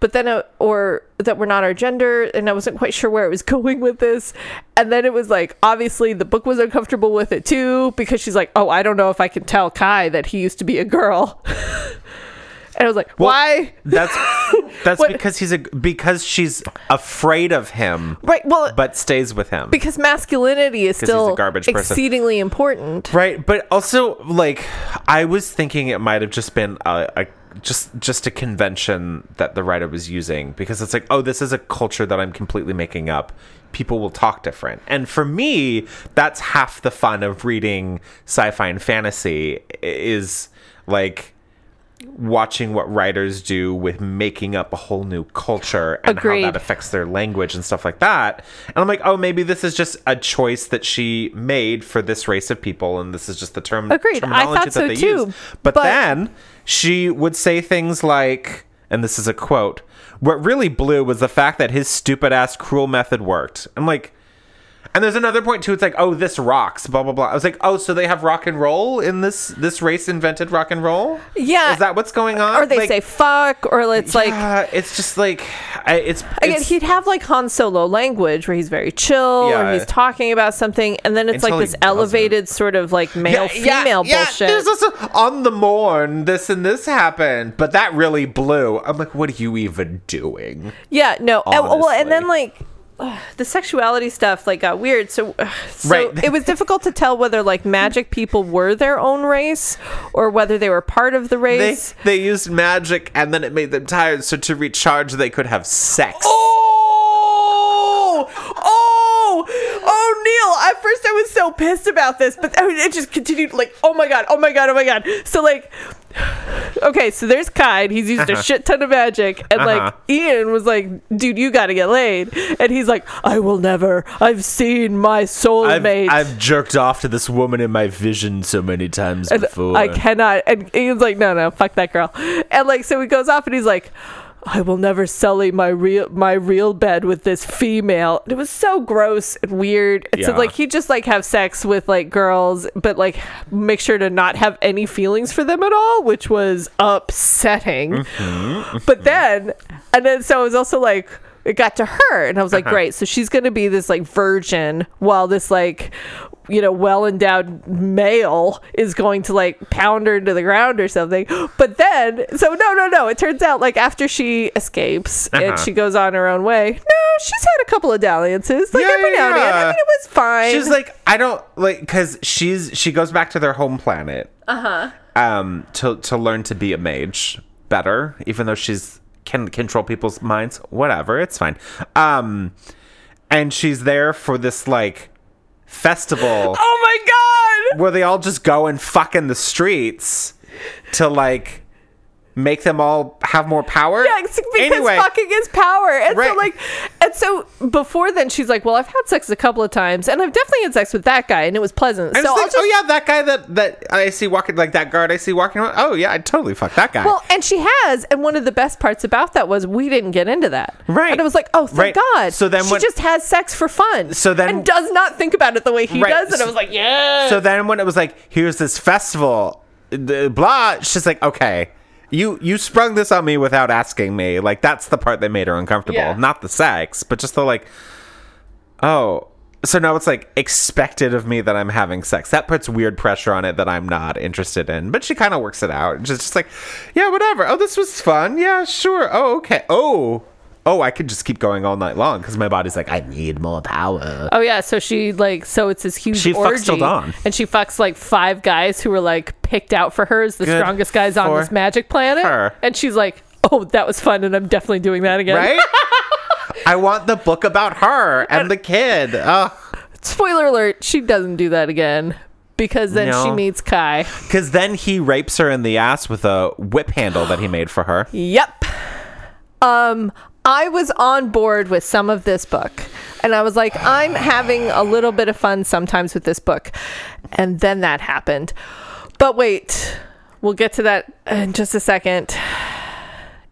Speaker 2: but then uh, or that we're not our gender and i wasn't quite sure where it was going with this and then it was like obviously the book was uncomfortable with it too because she's like oh i don't know if i can tell kai that he used to be a girl and i was like why
Speaker 1: That's that's
Speaker 2: What-
Speaker 1: because he's a because she's afraid of him,
Speaker 2: right well
Speaker 1: but stays with him.
Speaker 2: because masculinity is
Speaker 1: he's a
Speaker 2: still
Speaker 1: garbage person.
Speaker 2: exceedingly important.
Speaker 1: right, but also like I was thinking it might have just been a, a just just a convention that the writer was using because it's like, oh, this is a culture that I'm completely making up. People will talk different. And for me, that's half the fun of reading sci-fi and fantasy is like watching what writers do with making up a whole new culture and
Speaker 3: Agreed.
Speaker 1: how that affects their language and stuff like that. And I'm like, oh, maybe this is just a choice that she made for this race of people, and this is just the term
Speaker 3: Agreed. I
Speaker 1: terminology
Speaker 3: thought
Speaker 1: that
Speaker 3: so
Speaker 1: they
Speaker 3: too,
Speaker 1: use. But,
Speaker 3: but-
Speaker 1: then she would say things like, and this is a quote: "What really blew was the fact that his stupid ass cruel method worked." I'm like. And there's another point too. It's like, oh, this rocks, blah blah blah. I was like, oh, so they have rock and roll in this this race invented rock and roll.
Speaker 3: Yeah.
Speaker 1: is that what's going on?
Speaker 3: or they
Speaker 1: Like,
Speaker 3: say fuck, or it's like
Speaker 1: yeah, it's just like I, it's
Speaker 2: Again,
Speaker 1: it's-
Speaker 2: he'd have like Han Solo language where he's very chill or
Speaker 1: Yeah.
Speaker 2: he's talking about something, and then it's
Speaker 1: Until
Speaker 2: like
Speaker 1: he
Speaker 2: this
Speaker 1: doesn't.
Speaker 2: elevated sort of like male female bullshit.
Speaker 1: There's also on the morn, this and this happened, but that really blew. I'm like, what are you even doing?
Speaker 2: yeah, no. and- well, and then
Speaker 1: Honestly.
Speaker 2: like ugh, the sexuality stuff like got weird. So, ugh, so
Speaker 1: Right.
Speaker 2: it was difficult to tell whether like magic people were their own race or whether they were part of the
Speaker 1: They
Speaker 2: race.
Speaker 1: they used magic and then it made them tired, so to recharge they could have sex.
Speaker 2: Oh, oh, oh, Neil! At first, I was so pissed about this, but I mean, it just continued. Like, oh my god, oh my god, oh my god. So like, okay, so there's Kyne. He's used a shit ton of magic, and
Speaker 1: Uh-huh.
Speaker 2: like Ian was like, "Dude, you gotta get laid," and he's like, "I will never. I've seen my
Speaker 1: I've,
Speaker 2: soulmate."
Speaker 1: I've jerked off to this woman in my vision so many times
Speaker 2: and
Speaker 1: before.
Speaker 2: I cannot. And Ian's like, no, no, fuck that girl. And like, so he goes off and he's like, I will never sully my real my real bed with this female. And it was so gross and weird. And
Speaker 1: Yeah.
Speaker 2: So like, he just like have sex with like girls, but like make sure to not have any feelings for them at all, which was upsetting.
Speaker 1: Mm-hmm.
Speaker 2: But then, and then so it was also like. It got to her, and I was like,
Speaker 1: Uh-huh.
Speaker 2: "Great!" So she's going to be this like virgin, while this like, you know, well endowed male is going to like pound her into the ground or something. But then, so no, no, no. It turns out like after she escapes
Speaker 1: Uh-huh.
Speaker 2: and she goes on her own way, no, she's had a couple of dalliances, like
Speaker 1: Yeah,
Speaker 2: every
Speaker 1: yeah,
Speaker 2: now and
Speaker 1: yeah.
Speaker 2: again. I mean, it was fine.
Speaker 1: She's like, I don't like because she's she goes back to their home planet. Uh
Speaker 2: Uh-huh.
Speaker 1: huh. Um, to to learn to be a mage better, even though she's can control people's minds. Whatever, it's fine. Um, and she's there for this like festival
Speaker 2: oh my god!
Speaker 1: where they all just go and fuck in the streets to like make them all have more power.
Speaker 2: Yeah, it's because
Speaker 1: Anyway,
Speaker 2: fucking is power. And
Speaker 1: Right.
Speaker 2: so like and so before then she's like, Well, I've had sex a couple of times and I've definitely had sex with that guy and it was pleasant.
Speaker 1: I
Speaker 2: so
Speaker 1: just
Speaker 2: I'll
Speaker 1: think,
Speaker 2: just
Speaker 1: oh yeah, that guy that that I see walking like that guard I see walking around. Oh yeah, I totally fuck that guy.
Speaker 2: Well, and she has, and one of the best parts about that was we didn't get into that.
Speaker 1: Right.
Speaker 2: And I was like, oh,
Speaker 1: Right.
Speaker 2: thank God.
Speaker 1: So then
Speaker 2: she
Speaker 1: when-
Speaker 2: just has sex for fun.
Speaker 1: So then-
Speaker 2: and does not think about it the way he
Speaker 1: Right.
Speaker 2: does. And I was like, yeah.
Speaker 1: So then when it was like, here's this festival, the- blah, she's like, okay, you you sprung this on me without asking me. Like that's the part that made her uncomfortable,
Speaker 2: Yeah.
Speaker 1: not the sex, but just the like, oh. So now it's like expected of me that I'm having sex. That puts weird pressure on it that I'm not interested in. But she kind of works it out. She's just like, yeah, whatever. Oh, this was fun. Yeah, sure. Oh, okay. Oh, oh, I could just keep going all night long because my body's like, I need more power.
Speaker 2: oh yeah. So she like so it's this huge
Speaker 1: She fucks
Speaker 2: orgy,
Speaker 1: till dawn.
Speaker 2: and she fucks like five guys who were like picked out for her as the
Speaker 1: Good
Speaker 2: strongest guys on
Speaker 1: for
Speaker 2: this magic planet.
Speaker 1: her.
Speaker 2: And she's like, oh, that was fun, and I'm definitely doing that again.
Speaker 1: right? I want the book about her and the kid.
Speaker 2: Spoiler alert: she doesn't do that again because then she
Speaker 1: No.
Speaker 2: meets Kai.
Speaker 1: Because then he rapes her in the ass with a whip handle that he made for her.
Speaker 2: Yep. Um, I was on board with some of this book, and I was like, I'm having a little bit of fun sometimes with this book, and then that happened. But wait, we'll get to that in just a second.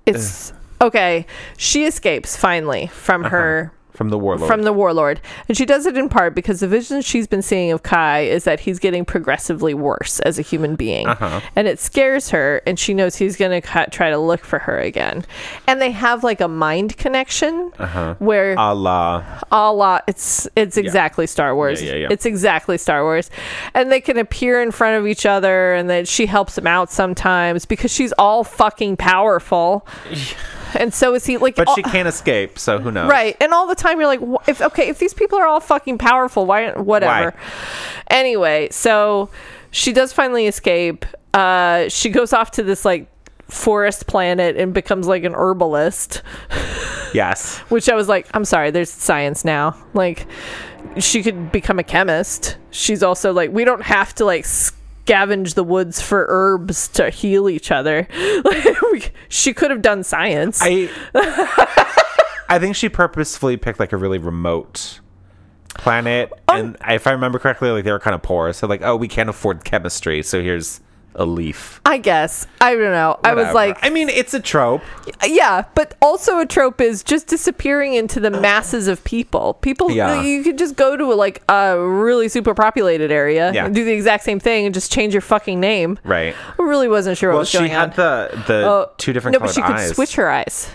Speaker 2: It's okay. She escapes finally from her
Speaker 1: From the warlord.
Speaker 2: from the warlord. And she does it in part because the vision she's been seeing of Kai is that he's getting progressively worse as a human being.
Speaker 1: Uh-huh.
Speaker 2: And it scares her, and she knows he's going to ca- try to look for her again. And they have like a mind connection
Speaker 1: Uh-huh.
Speaker 2: where
Speaker 1: a la.
Speaker 2: a la it's it's exactly Star Wars.
Speaker 1: Ah. Yeah, yeah, yeah.
Speaker 2: It's exactly Star Wars. And they can appear in front of each other and then she helps him out sometimes because she's all fucking powerful. And so is he like
Speaker 1: But
Speaker 2: all-
Speaker 1: she can't escape, so who knows?
Speaker 2: Oh. Right. And all the time you're like, "Wh- if okay, if these people are all fucking powerful, why whatever.
Speaker 1: Why?
Speaker 2: Anyway, so She does finally escape. Uh, she goes off to this like forest planet and becomes like an herbalist,
Speaker 1: Yes.
Speaker 2: which I was like, I'm sorry, there's science now. Like, she could become a chemist. She's also like, we don't have to like scavenge the woods for herbs to heal each other. Like, we, she could have done science.
Speaker 1: I I think she purposefully picked like a really remote planet,
Speaker 2: Oh.
Speaker 1: and if I remember correctly, like they were kind of poor, so like, oh, we can't afford chemistry, so here's a leaf.
Speaker 2: I guess. I don't know. I was
Speaker 1: Whatever.
Speaker 2: like,
Speaker 1: I mean, it's a trope.
Speaker 2: yeah, but also a trope is just disappearing into the masses of people. People,
Speaker 1: Yeah.
Speaker 2: you could just go to like a really super populated area
Speaker 1: Yeah.
Speaker 2: and do the exact same thing and just change your fucking name.
Speaker 1: Right.
Speaker 2: I really wasn't sure what
Speaker 1: Well,
Speaker 2: was
Speaker 1: she
Speaker 2: going
Speaker 1: had
Speaker 2: on.
Speaker 1: the the
Speaker 2: Oh,
Speaker 1: two different
Speaker 2: No, but
Speaker 1: colored
Speaker 2: she could
Speaker 1: eyes.
Speaker 2: switch her eyes.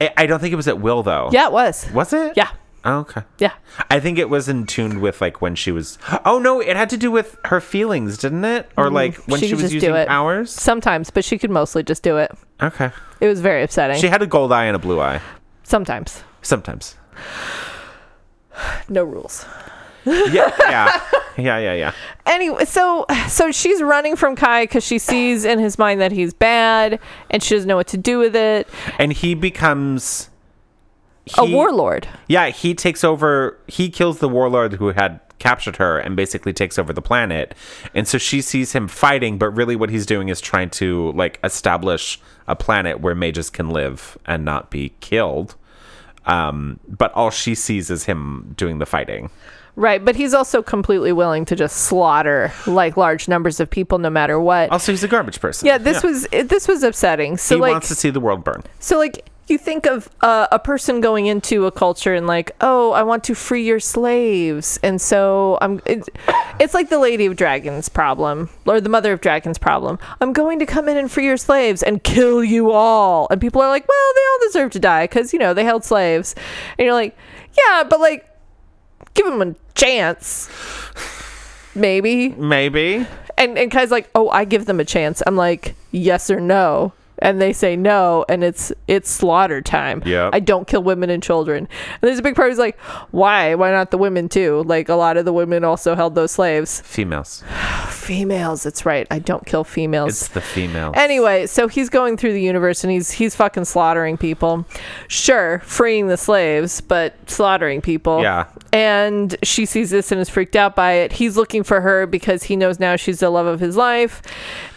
Speaker 1: I, I don't think it was at will though.
Speaker 2: Yeah, it was.
Speaker 1: Was it?
Speaker 2: Yeah,
Speaker 1: Oh, okay.
Speaker 2: yeah.
Speaker 1: I think it was in tune with like when she was. Oh no, it had to do with her feelings, didn't it? Or like when
Speaker 2: Mm-hmm. she
Speaker 1: she,
Speaker 2: could
Speaker 1: was
Speaker 2: just do
Speaker 1: using
Speaker 2: it.
Speaker 1: powers.
Speaker 2: Sometimes, but she could mostly just do it.
Speaker 1: Okay.
Speaker 2: It was very upsetting.
Speaker 1: She had a gold eye and a blue eye.
Speaker 2: Sometimes,
Speaker 1: Sometimes.
Speaker 2: no rules.
Speaker 1: Yeah. Yeah. yeah. Yeah. Yeah.
Speaker 2: anyway, so so she's running from Kai because she sees in his mind that he's bad, and she doesn't know what to do with it.
Speaker 1: And he becomes
Speaker 2: a
Speaker 1: he-
Speaker 2: warlord.
Speaker 1: Yeah, he takes over. He kills the warlord who had captured her and basically takes over the planet. And so she sees him fighting, but really what he's doing is trying to like establish a planet where mages can live and not be killed. Um, but all she sees is him doing the fighting.
Speaker 2: Right, but he's also completely willing to just slaughter like large numbers of people no matter what.
Speaker 1: Also, he's a garbage person.
Speaker 2: yeah, this was it, this was upsetting. So
Speaker 1: He
Speaker 2: like
Speaker 1: wants to see the world burn.
Speaker 2: so like you think of uh, a person going into a culture and like, "Oh, I want to free your slaves." And so I'm it, it's like the Lady of Dragons problem or the Mother of Dragons problem. I'm going to come in and free your slaves and kill you all. And people are like, "Well, they all deserve to die cuz you know, they held slaves." And you're like, "Yeah, but like give him a chance. Maybe.
Speaker 1: Maybe.
Speaker 2: And and Kai's like, oh, I give them a chance. I'm like, yes or no. And they say no, and it's it's slaughter time.
Speaker 1: Yep.
Speaker 2: I don't kill women and children. And there's a big part who's like, why? Why not the women too? Like a lot of the women also held those slaves.
Speaker 1: Females.
Speaker 2: Females, it's right. I don't kill females.
Speaker 1: It's the female.
Speaker 2: Anyway, so he's going through the universe and he's he's fucking slaughtering people. Sure, freeing the slaves, but slaughtering people.
Speaker 1: Yeah.
Speaker 2: And she sees this and is freaked out by it. He's looking for her because he knows now she's the love of his life.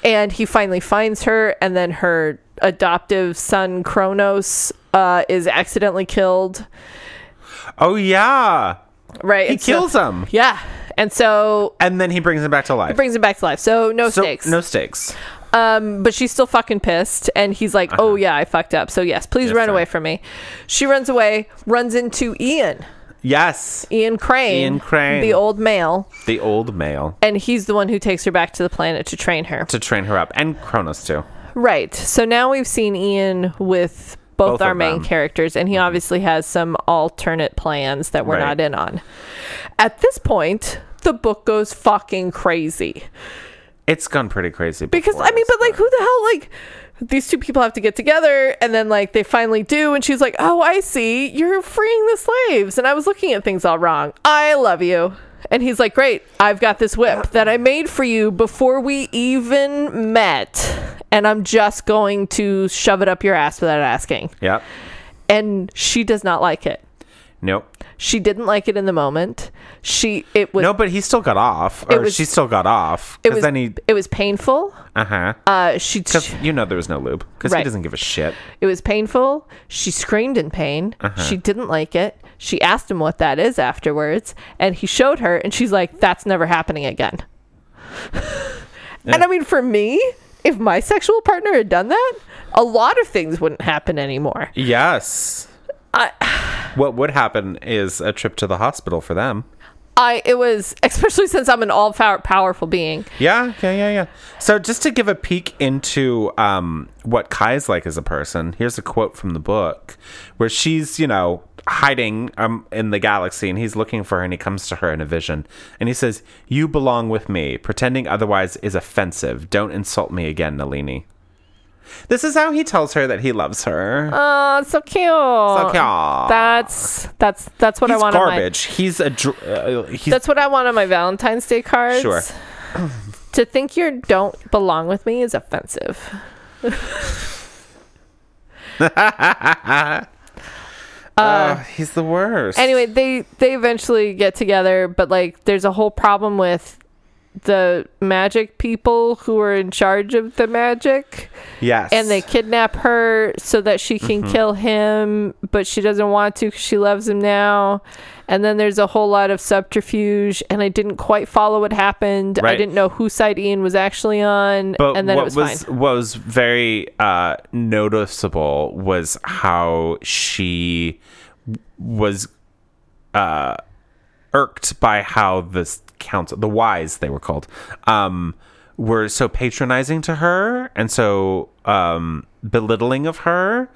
Speaker 2: And he finally finds her and then her adoptive son Kronos uh, is accidentally killed.
Speaker 1: Oh, yeah.
Speaker 2: Right.
Speaker 1: He
Speaker 2: and so-
Speaker 1: kills him.
Speaker 2: Yeah. And so
Speaker 1: And then he brings him back to life.
Speaker 2: brings him back to life. So no
Speaker 1: So,
Speaker 2: stakes.
Speaker 1: No stakes.
Speaker 2: Um, but she's still fucking pissed, and he's like, "Oh yeah, I fucked up. So yes, please
Speaker 1: Uh-huh. Yes,
Speaker 2: run
Speaker 1: sir.
Speaker 2: away from me." She runs away, runs into Ian,
Speaker 1: Yes.
Speaker 2: Ian Crane,
Speaker 1: Ian Crane.
Speaker 2: the old male,
Speaker 1: The old male.
Speaker 2: and he's the one who takes her back to the planet to train her.
Speaker 1: to train her up and Kronos too.
Speaker 2: Right. So now we've seen Ian with both,
Speaker 1: Both
Speaker 2: our
Speaker 1: of
Speaker 2: main
Speaker 1: them. Mm-hmm.
Speaker 2: characters, and he obviously has some alternate plans that we're
Speaker 1: Right.
Speaker 2: not in on. At this point, the book goes fucking crazy.
Speaker 1: It's gone pretty crazy
Speaker 2: because
Speaker 1: before
Speaker 2: I mean,
Speaker 1: this,
Speaker 2: but like, who the hell like these two people have to get together, and then like they finally do, and she's like, "Oh, I see, you're freeing the slaves," and I was looking at things all wrong. I love you. And he's like, Great, I've got this whip that I made for you before we even met. And I'm just going to shove it up your ass without asking.
Speaker 1: Yep.
Speaker 2: And she does not like it.
Speaker 1: Nope.
Speaker 2: She didn't like it in the moment. She, it was,
Speaker 1: No, but he still got off, or
Speaker 2: was-
Speaker 1: she still got off.
Speaker 2: it
Speaker 1: Because
Speaker 2: was,
Speaker 1: then he,
Speaker 2: it was painful.
Speaker 1: uh huh.
Speaker 2: Uh, she,
Speaker 1: Because you know there was no lube. Because
Speaker 2: Right.
Speaker 1: he doesn't give a shit.
Speaker 2: It was painful. She screamed in pain.
Speaker 1: Uh-huh.
Speaker 2: She didn't like it. She asked him what that is afterwards, and he showed her, and she's like, "That's never happening again." And I mean, for me, if my sexual partner had done that, a lot of things wouldn't happen anymore.
Speaker 1: Yes. what would happen is a trip to the hospital for them.
Speaker 2: I it was especially since I'm an all power, powerful being.
Speaker 1: Yeah, yeah, yeah, yeah. So just to give a peek into um, what Kai's like as a person, here's a quote from the book where she's, you know, hiding um, in the galaxy and he's looking for her and he comes to her in a vision and he says, You belong with me. Pretending otherwise is offensive. Don't insult me again, Nalini. This is how he tells her that he loves her.
Speaker 2: Oh, it's so cute. So
Speaker 1: cute.
Speaker 2: That's that's that's what I
Speaker 1: he's
Speaker 2: want. on my-
Speaker 1: garbage. He's a. Dr- uh, he's,
Speaker 2: That's what I want on my Valentine's Day cards.
Speaker 1: Sure.
Speaker 2: To think you don't belong with me is offensive.
Speaker 1: Oh, he's the worst.
Speaker 2: anyway they they eventually get together but like there's a whole problem with the magic people who are in charge of the magic
Speaker 1: yes, Mm-hmm.
Speaker 2: and they kidnap her so that she can kill him but she doesn't want to 'cause she loves him now and then there's a whole lot of subterfuge and i didn't quite follow what happened i
Speaker 1: Right.
Speaker 2: didn't know whose side ian was actually on
Speaker 1: But
Speaker 2: and then
Speaker 1: what
Speaker 2: it was, fine
Speaker 1: what was very uh, noticeable was how she was uh, irked by how this council, the wise they were called, um, were so patronizing to her and so um, belittling of her,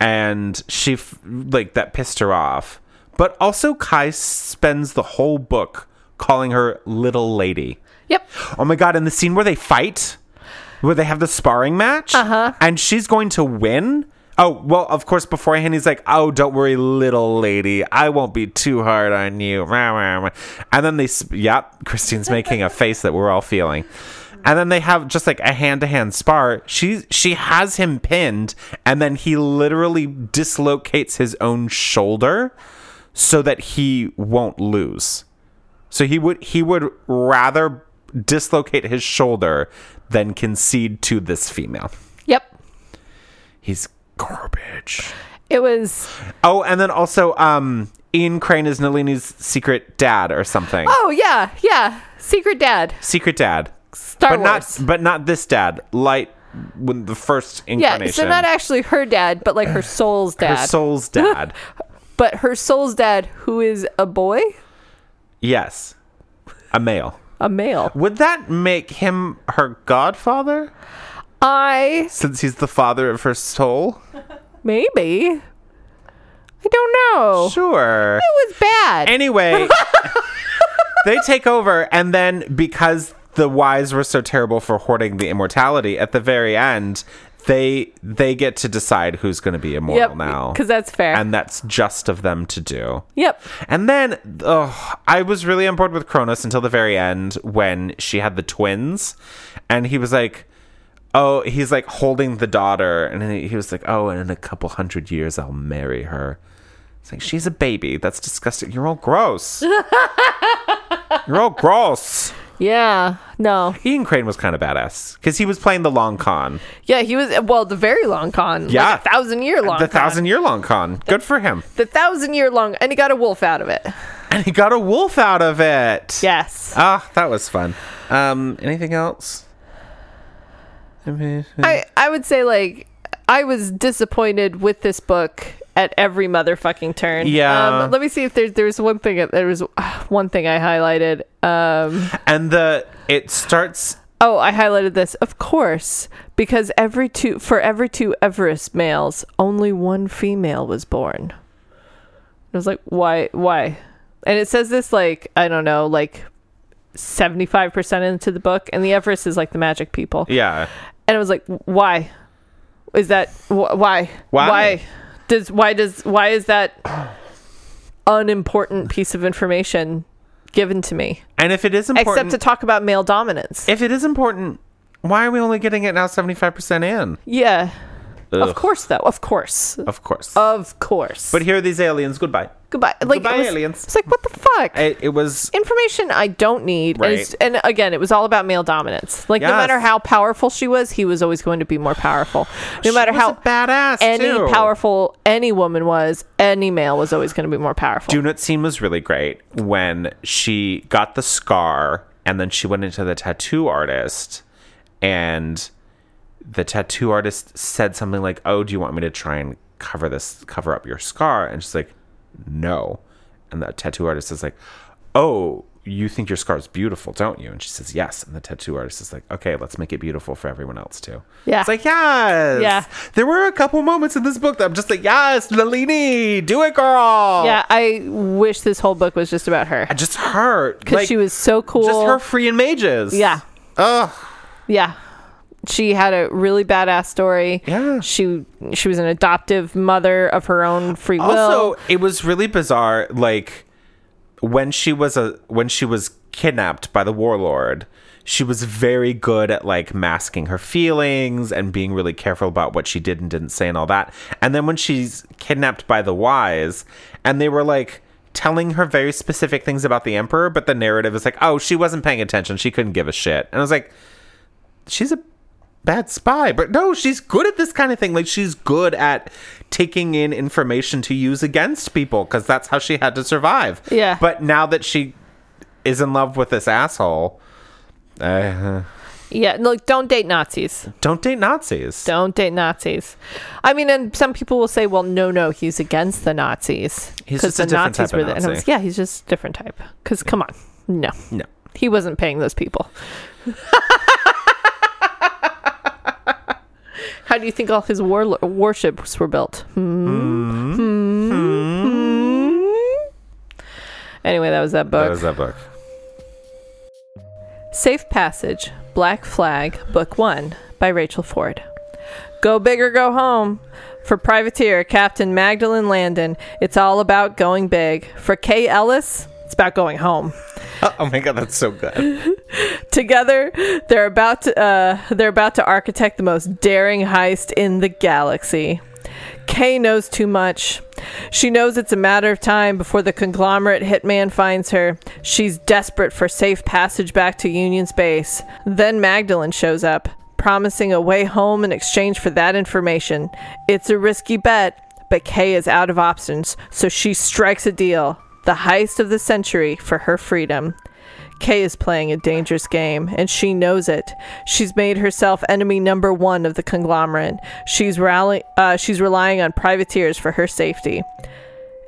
Speaker 1: and she f- like that pissed her off. But also, Kai spends the whole book calling her little lady.
Speaker 2: yep
Speaker 1: Oh my god, in the scene where they fight, where they have the sparring match, uh-huh. and she's going to win. Oh, well, of course, beforehand, he's like, Oh, don't worry, little lady. I won't be too hard on you. Rah, rah, rah. And then they, sp- yep, Christine's making a face that we're all feeling. And then they have just like a hand to hand spar. She, she has him pinned, and then he literally dislocates his own shoulder so that he won't lose. So he would he would rather dislocate his shoulder than concede to this female.
Speaker 2: yep
Speaker 1: He's garbage.
Speaker 2: it was
Speaker 1: Oh, and then also um Ian Crane is Nalini's secret dad or something.
Speaker 2: oh yeah yeah secret dad
Speaker 1: Secret dad.
Speaker 2: star
Speaker 1: but
Speaker 2: wars
Speaker 1: not but not this dad. Light when the first incarnation.
Speaker 2: yeah so not actually her dad but like her soul's
Speaker 1: her
Speaker 2: dad
Speaker 1: soul's dad.
Speaker 2: but her soul's dad, who is a boy,
Speaker 1: yes. A male.
Speaker 2: a male.
Speaker 1: Would that make him her godfather
Speaker 2: I
Speaker 1: since he's the father of her soul?
Speaker 2: maybe. I don't know.
Speaker 1: Sure.
Speaker 2: It was bad.
Speaker 1: Anyway, they take over, and then because the wise were so terrible for hoarding the immortality, at the very end, they they get to decide who's going to be immortal
Speaker 2: yep.
Speaker 1: now,
Speaker 2: Because that's fair.
Speaker 1: and that's just of them to do.
Speaker 2: yep.
Speaker 1: And then, oh, I was really on board with Cronus until the very end when she had the twins, and he was like, "Oh, he's like holding the daughter," and then he was like, "Oh, and in a couple hundred years, I'll marry her." It's like she's a baby. That's disgusting. You're all gross. You're all gross.
Speaker 2: Yeah. No.
Speaker 1: Ian Crane was kind of badass because he was playing the long con,
Speaker 2: Yeah, he was well the very long con. like
Speaker 1: Yeah.
Speaker 2: a thousand year long.
Speaker 1: the
Speaker 2: con.
Speaker 1: thousand year long con. Good for him.
Speaker 2: The thousand year long, and he got a wolf out of it.
Speaker 1: And he got a wolf out of it.
Speaker 2: Yes.
Speaker 1: Ah, that was fun. Um, anything else? I mean,
Speaker 2: I I would say like I was disappointed with this book at every motherfucking turn.
Speaker 1: Yeah.
Speaker 2: Um, let me see if there's there's one thing there was uh, one thing I highlighted. Um.
Speaker 1: and the it starts.
Speaker 2: Oh, I highlighted this, of course, because every two for every two Everest males, only one female was born. I was like, why, why? And it says this like I don't know, like seventy five percent into the book, and the Everest is like the magic people,
Speaker 1: Yeah,
Speaker 2: and I was like, why? Is that wh- why?
Speaker 1: Why?
Speaker 2: does why does why is that unimportant piece of information given to me?
Speaker 1: and if it is important,
Speaker 2: Except to talk about male dominance.
Speaker 1: if it is important, why are we only getting it now? Seventy five percent in.
Speaker 2: Yeah. Of
Speaker 1: Ugh.
Speaker 2: course, though. Of course.
Speaker 1: Of course.
Speaker 2: Of course.
Speaker 1: but here are these aliens. Goodbye.
Speaker 2: goodbye. Like,
Speaker 1: goodbye,
Speaker 2: it was,
Speaker 1: aliens.
Speaker 2: It's like, what the fuck?
Speaker 1: It, it was.
Speaker 2: Information I don't need. And, it's-
Speaker 1: Right.
Speaker 2: and again, it was all about male dominance. Like, no
Speaker 1: Yes.
Speaker 2: matter how powerful she was, he was always going to be more powerful. No
Speaker 1: she
Speaker 2: matter
Speaker 1: was
Speaker 2: how
Speaker 1: a badass.
Speaker 2: any
Speaker 1: too.
Speaker 2: powerful any woman was, any male was always going to be more powerful.
Speaker 1: Do not scene was really great when she got the scar and then she went into the tattoo artist and the tattoo artist said something like, "Oh, do you want me to try and cover this cover up your scar?" And she's like, "No." And the tattoo artist is like, "Oh, you think your scar is beautiful, don't you?" And she says, "Yes." And the tattoo artist is like, "Okay, let's make it beautiful for everyone else too."
Speaker 2: Yeah.
Speaker 1: It's like, "Yes."
Speaker 2: Yeah.
Speaker 1: There were a couple moments in this book that I'm just like, "Yes, Nalini, do it, girl."
Speaker 2: yeah, I wish this whole book was just about her.
Speaker 1: I just hurt
Speaker 2: Because she was so cool.
Speaker 1: just her free and mages.
Speaker 2: Yeah.
Speaker 1: Ugh.
Speaker 2: Yeah. She had a really badass story.
Speaker 1: Yeah.
Speaker 2: She she was an adoptive mother of her own free will.
Speaker 1: Also, it was really bizarre. Like when she was a when she was kidnapped by the warlord, she was very good at like masking her feelings and being really careful about what she did and didn't say and all that. And then when she's kidnapped by the wise, and they were like telling her very specific things about the emperor, but the narrative is like, oh, she wasn't paying attention. She couldn't give a shit. And I was like, she's a bad spy but no she's good at this kind of thing like she's good at taking in information to use against people because that's how she had to survive
Speaker 2: Yeah.
Speaker 1: but now that she is in love with this asshole uh,
Speaker 2: Yeah, look, don't date Nazis.
Speaker 1: don't date nazis
Speaker 2: Don't date Nazis. I mean, and some people will say, "Well, no, no, he's against the Nazis
Speaker 1: He's just a different type of
Speaker 2: the." And
Speaker 1: Nazi.
Speaker 2: I was, yeah, he's just a different type. Because come on, no,
Speaker 1: no
Speaker 2: he wasn't paying those people. How do you think all his war warships were built? Hmm. Hmm. Anyway, that was that book.
Speaker 1: that was that book
Speaker 2: Safe Passage Black Flag, Book One by Rachel Ford. Go big or go home. For Privateer Captain Magdalene Landon, it's all about going big. For Kay Ellis, it's about going home.
Speaker 1: oh, oh my god that's so good
Speaker 2: Together, they're about to uh, they're about to architect the most daring heist in the galaxy. Kay knows too much. She knows it's a matter of time before the conglomerate hitman finds her. She's desperate for safe passage back to Union space. Then Magdalene shows up, promising a way home in exchange for that information. It's a risky bet, but Kay is out of options, so she strikes a deal. The heist of the century for her freedom. Kay is playing a dangerous game, and she knows it. She's made herself enemy number one of the conglomerate. She's rally- uh, she's relying on privateers for her safety.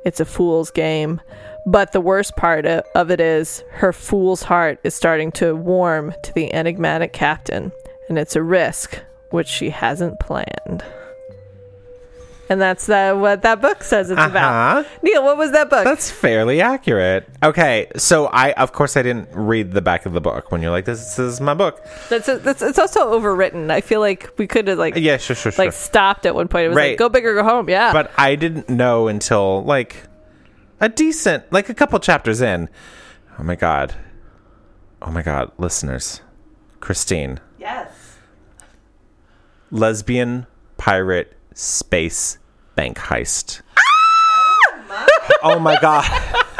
Speaker 2: It's a fool's game. But the worst part o- of it is her fool's heart is starting to warm to the enigmatic captain, and it's a risk which she hasn't planned. And that's that, what that book says it's
Speaker 1: Uh-huh.
Speaker 2: about. Neil, what was that book?
Speaker 1: that's fairly accurate okay so i of course i didn't read the back of the book when you're like this, is my book
Speaker 2: That's, that's it's also overwritten. I feel like we could have like
Speaker 1: yeah sure sure sure
Speaker 2: like stopped at one point. It was like
Speaker 1: Right.
Speaker 2: go big or go home. Yeah,
Speaker 1: but I didn't know until like a decent, like a couple chapters in. Oh my god! Oh my god, listeners, Christine,
Speaker 2: yes,
Speaker 1: lesbian pirate space bank heist. oh my god!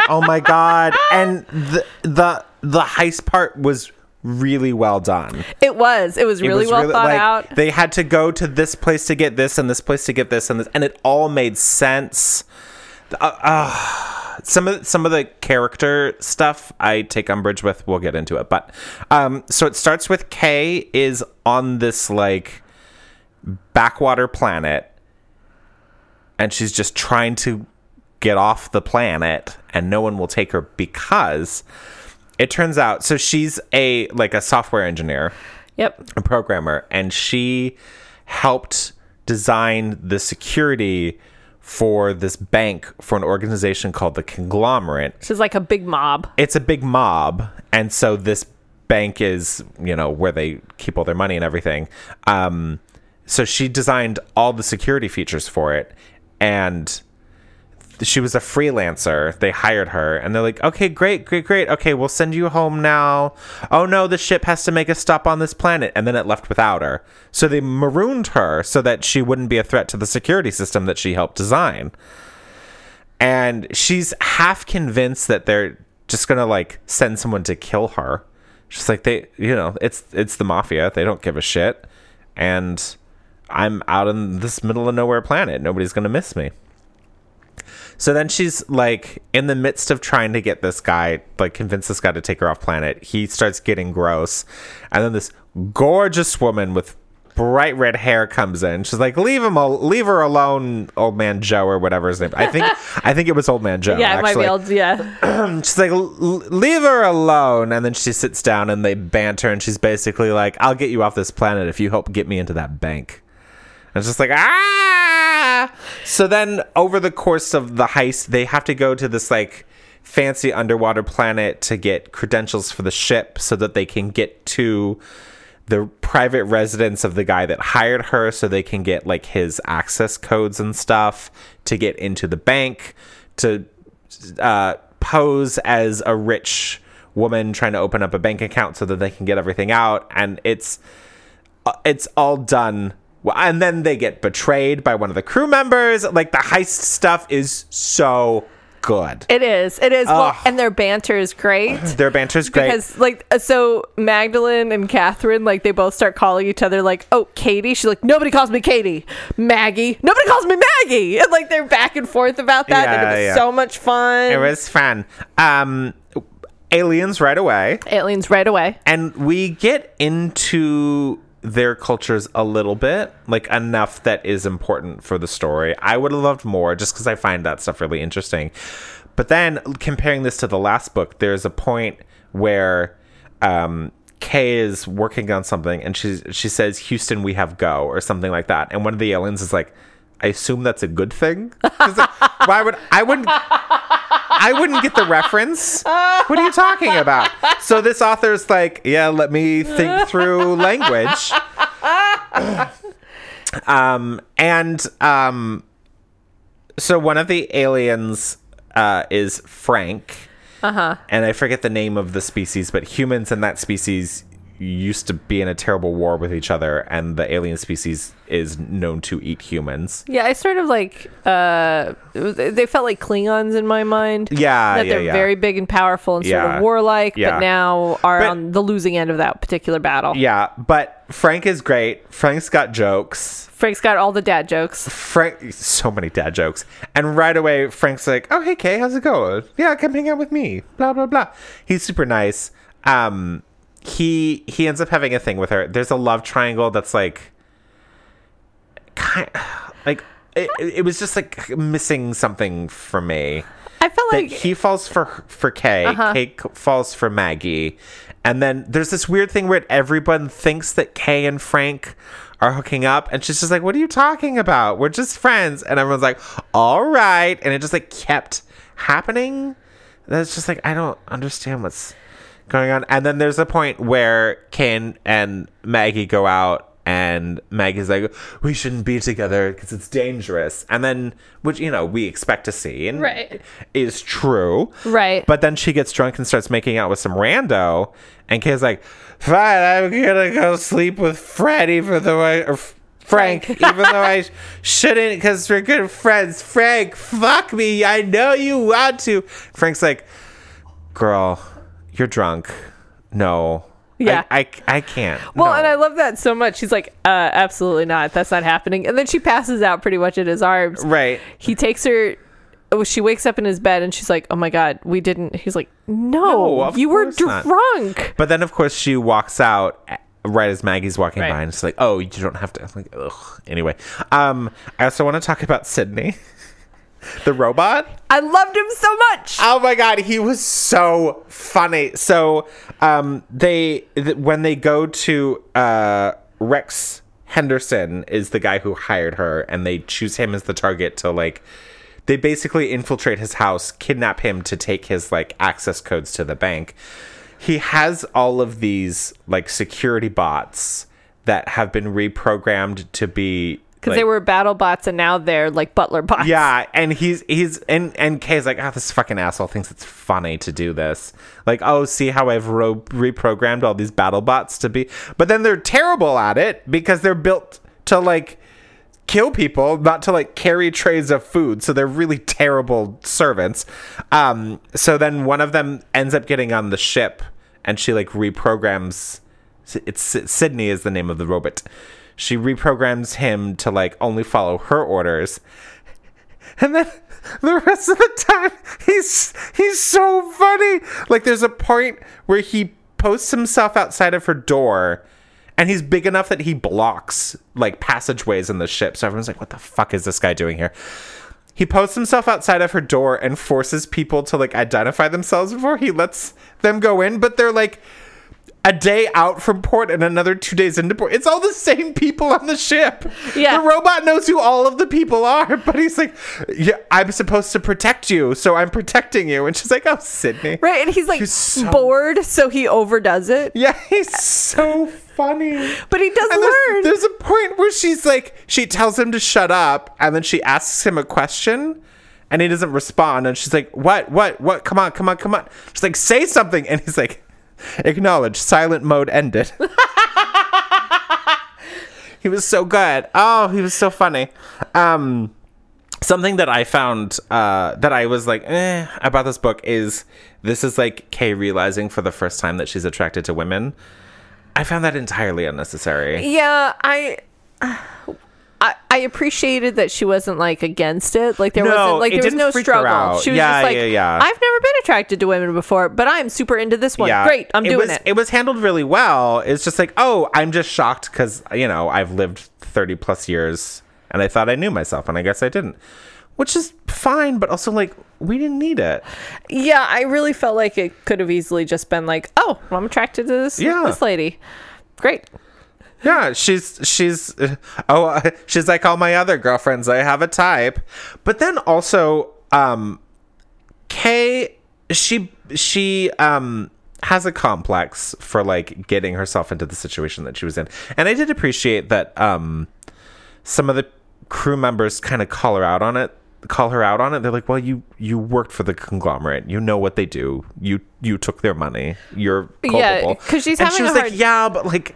Speaker 1: Oh my god! And the the the heist part was really well done.
Speaker 2: it was. It was
Speaker 1: It
Speaker 2: really
Speaker 1: was
Speaker 2: well thought
Speaker 1: like,
Speaker 2: out.
Speaker 1: They had to go to this place to get this, and this place to get this, and this, and it all made sense. Uh, uh, some of some of the character stuff I take umbrage with. We'll get into it, but um, so it starts with Kay is on this like backwater planet, and she's just trying to get off the planet, and no one will take her because. It turns out, so she's a like a software engineer,
Speaker 2: Yep.
Speaker 1: a programmer, and she helped design the security for this bank for an organization called the Conglomerate.
Speaker 2: She's like a big mob.
Speaker 1: It's a big mob, and so this bank is, you know, where they keep all their money and everything. Um, so she designed all the security features for it, and she was a freelancer. They hired her, and they're like, "Okay, great, great, great. Okay, we'll send you home now." Oh no, the ship has to make a stop on this planet, and then it left without her. So they marooned her so that she wouldn't be a threat to the security system that she helped design. And she's half convinced that they're just gonna like send someone to kill her. She's like, they, you know, it's it's the mafia. They don't give a shit, and. I'm out in this middle of nowhere planet. Nobody's going to miss me. So then she's like in the midst of trying to get this guy, like convince this guy to take her off planet. He starts getting gross. And then this gorgeous woman with bright red hair comes in. She's like, "Leave him al- leave her alone, old man Joe or whatever his name." I think I think it was old man Joe.
Speaker 2: yeah, it might
Speaker 1: actually.
Speaker 2: be old. Yeah,
Speaker 1: She's like, "L- leave her alone. And then she sits down and they banter. And she's basically like, I'll get you off this planet if you help get me into that bank. And it's just like, ah. So then over the course of the heist, they have to go to this like fancy underwater planet to get credentials for the ship so that they can get to the private residence of the guy that hired her so they can get like his access codes and stuff to get into the bank to uh, pose as a rich woman trying to open up a bank account so that they can get everything out, and it's uh, it's all done. Well, And then they get betrayed by one of the crew members. Like the heist stuff is so good.
Speaker 3: It is. It is. Well,
Speaker 1: Ugh.
Speaker 3: and their banter is great.
Speaker 1: Their banter's great.
Speaker 3: Because like uh, so Magdalene and Catherine like they both start calling each other like oh Katie she's like nobody calls me Katie Maggie nobody calls me Maggie and like they're back and forth about that and
Speaker 1: Yeah,
Speaker 3: it was
Speaker 1: yeah.
Speaker 3: so much fun
Speaker 1: it was fun. Um, aliens right away.
Speaker 3: aliens right away
Speaker 1: and we get into their cultures a little bit, like enough that is important for the story. I would have loved more just because I find that stuff really interesting. But then comparing this to the last book, there's a point where um, Kay is working on something and she she says, "Houston, we have go" or something like that, and one of the aliens is like. I assume that's a good thing. 'Cause, like, why would I wouldn't I wouldn't get the reference. What are you talking about? So this author's like, yeah, let me think through language. um, and um, so one of the aliens uh, is Frank.
Speaker 3: Uh-huh.
Speaker 1: Uh huh. And I forget the name of the species, but humans and that species used to be in a terrible war with each other, and the alien species is known to eat humans.
Speaker 3: yeah I sort of like uh it was- they felt like Klingons in my mind
Speaker 1: Yeah,
Speaker 3: that
Speaker 1: yeah,
Speaker 3: they're
Speaker 1: yeah.
Speaker 3: very big and powerful and sort
Speaker 1: Yeah.
Speaker 3: of warlike
Speaker 1: Yeah.
Speaker 3: but now are
Speaker 1: But-
Speaker 3: on the losing end of that particular battle
Speaker 1: Yeah, but Frank is great. Frank's got jokes.
Speaker 3: Frank's got all the dad jokes
Speaker 1: Frank, so many dad jokes. And right away, Frank's like, "Oh, hey, Kay, how's it going? Yeah, come hang out with me." Blah blah blah. He's super nice. Um, he he ends up having a thing with her. There's a love triangle that's like, kind, like it, it was just like missing something for me.
Speaker 3: I felt
Speaker 1: That
Speaker 3: like Uh-huh.
Speaker 1: he falls for for Kay, Kay c- falls for Maggie, and then there's this weird thing where everyone thinks that Kay and Frank are hooking up, and she's just like, "What are you talking about? We're just friends." And everyone's like, "All right," and it just like kept happening. That's just like I don't understand what's going on. And then there's a point where Kane and Maggie go out. And Maggie's like, we shouldn't be together because it's dangerous. And then, which, you know, we expect to see and
Speaker 3: Right.
Speaker 1: is true.
Speaker 3: Right.
Speaker 1: But then she gets drunk and starts making out with some rando. And Kay's like, fine, I'm going to go sleep with Fred, even though I, or F- Frank, even though I sh- shouldn't because we're good friends. Frank, fuck me. I know you want to. Frank's like, girl, you're drunk. No.
Speaker 3: Yeah.
Speaker 1: I, I, I can't.
Speaker 3: Well,
Speaker 1: No.
Speaker 3: and I love that so much. She's like, uh, absolutely not. That's not happening. And then she passes out pretty much in his arms.
Speaker 1: Right.
Speaker 3: He takes her. oh, She wakes up in his bed and she's like, oh my God, we didn't. He's like, no,
Speaker 1: No, of
Speaker 3: you were
Speaker 1: course not."
Speaker 3: drunk.
Speaker 1: But then, of course, she walks out a- right as Maggie's walking
Speaker 3: Right.
Speaker 1: by, and it's like, "Oh, you don't have to." I'm like, ugh. Anyway, um, I also want to talk about Sydney, the robot.
Speaker 3: I loved him so much.
Speaker 1: Oh my god, he was so funny. So, um, they th- when they go to uh, Rex Henderson is the guy who hired her, and they choose him as the target to like. They basically infiltrate his house, kidnap him to take his like access codes to the bank. He has all of these like security bots that have been reprogrammed to be
Speaker 3: Because
Speaker 1: like,
Speaker 3: they were battle bots and now they're like butler bots.
Speaker 1: yeah, and he's he's and and Kay's like, ah, this fucking asshole thinks it's funny to do this. Like, oh, see how I've ro- reprogrammed all these battle bots to be, but then they're terrible at it because they're built to like kill people, not to like carry trays of food. So they're really terrible servants. Um, so then one of them ends up getting on the ship, and she like reprograms. It's Sydney is the name of the robot. She reprograms him to like only follow her orders, and then the rest of the time he's he's so funny like there's a point where he posts himself outside of her door and he's big enough that he blocks like passageways in the ship so everyone's like what the fuck is this guy doing here he posts himself outside of her door and forces people to like identify themselves before he lets them go in but they're like a day out from port and another two days into port. It's all the same people on the ship.
Speaker 3: Yeah.
Speaker 1: The robot knows who all of the people are, but he's like, yeah, I'm supposed to protect you, so I'm protecting you. And she's like, oh, Sydney.
Speaker 3: Right. And he's like
Speaker 1: He's so-
Speaker 3: bored, so he overdoes it.
Speaker 1: Yeah, he's so funny.
Speaker 3: But he does
Speaker 1: And
Speaker 3: learn.
Speaker 1: there's, there's a point where she's like, she tells him to shut up, and then she asks him a question, and and he doesn't respond. And she's like, "What? What? What? Come on! Come on! Come on!" She's like, "Say something!" And he's like, "Acknowledge. Silent mode ended." he was so good. Oh, he was so funny. Um, something that I found uh, that I was like, eh, about this book is this is like Kay realizing for the first time that she's attracted to women. I found that entirely unnecessary.
Speaker 2: Yeah, I. I, I appreciated that she wasn't like against it. Like there
Speaker 1: No,
Speaker 2: wasn't
Speaker 1: it
Speaker 2: like there was
Speaker 1: didn't
Speaker 2: no
Speaker 1: freak her
Speaker 2: struggle.
Speaker 1: out.
Speaker 2: She was
Speaker 1: Yeah,
Speaker 2: just like,
Speaker 1: yeah, yeah.
Speaker 2: I've never been attracted to women before, but I'm super into this one. Great, I'm
Speaker 1: it
Speaker 2: doing
Speaker 1: was,
Speaker 2: it.
Speaker 1: was handled really well. It's just like, oh, I'm just shocked because you know I've lived thirty plus years, and I thought I knew myself, and I guess I didn't, which is fine. But also, like, we didn't need it.
Speaker 2: Yeah, I really felt like it could have easily just been like, oh, I'm attracted to this
Speaker 1: Yeah.
Speaker 2: this lady. Great.
Speaker 1: Yeah, she's she's uh, oh uh, she's like all my other girlfriends. I have a type, but then also um, Kay she she um has a complex for like getting herself into the situation that she was in, and I did appreciate that um some of the crew members kind of call her out on it call her out on it they're like well you you worked for the conglomerate you know what they do you you took their money you're culpable
Speaker 2: Yeah, 'cause she's
Speaker 1: and
Speaker 2: having
Speaker 1: she
Speaker 2: a
Speaker 1: was
Speaker 2: hard-
Speaker 1: like yeah but like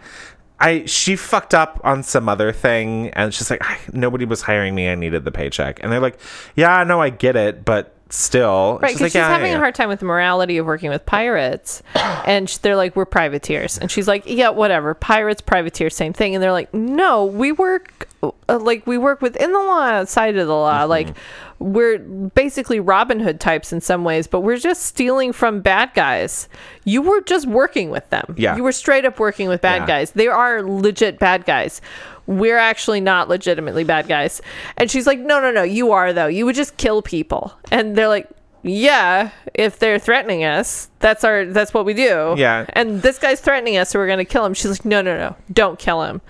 Speaker 1: i she fucked up on some other thing and she's like I, nobody was hiring me i needed the paycheck and they're like yeah no i get it but still And
Speaker 2: Right, because
Speaker 1: like,
Speaker 2: she's
Speaker 1: "Yeah, yeah,
Speaker 2: having
Speaker 1: yeah."
Speaker 2: a hard time with the morality of working with pirates, and sh- they're like, "We're privateers," and she's like, "Yeah, whatever, pirates, privateers, same thing." And they're like, "No, we work uh, like we work within the law, outside of the
Speaker 1: Mm-hmm.
Speaker 2: law. Like we're basically Robin Hood types in some ways, but we're just stealing from bad guys. You were just working with them.
Speaker 1: Yeah.
Speaker 2: you were straight up working with bad
Speaker 1: Yeah.
Speaker 2: guys. They are legit bad guys." We're actually not legitimately bad guys. And she's like, No, no, no, you are, though. You would just kill people. And they're like, yeah if they're threatening us that's our that's what we do
Speaker 1: Yeah.
Speaker 2: and this guy's threatening us so we're gonna kill him she's like no no no don't kill him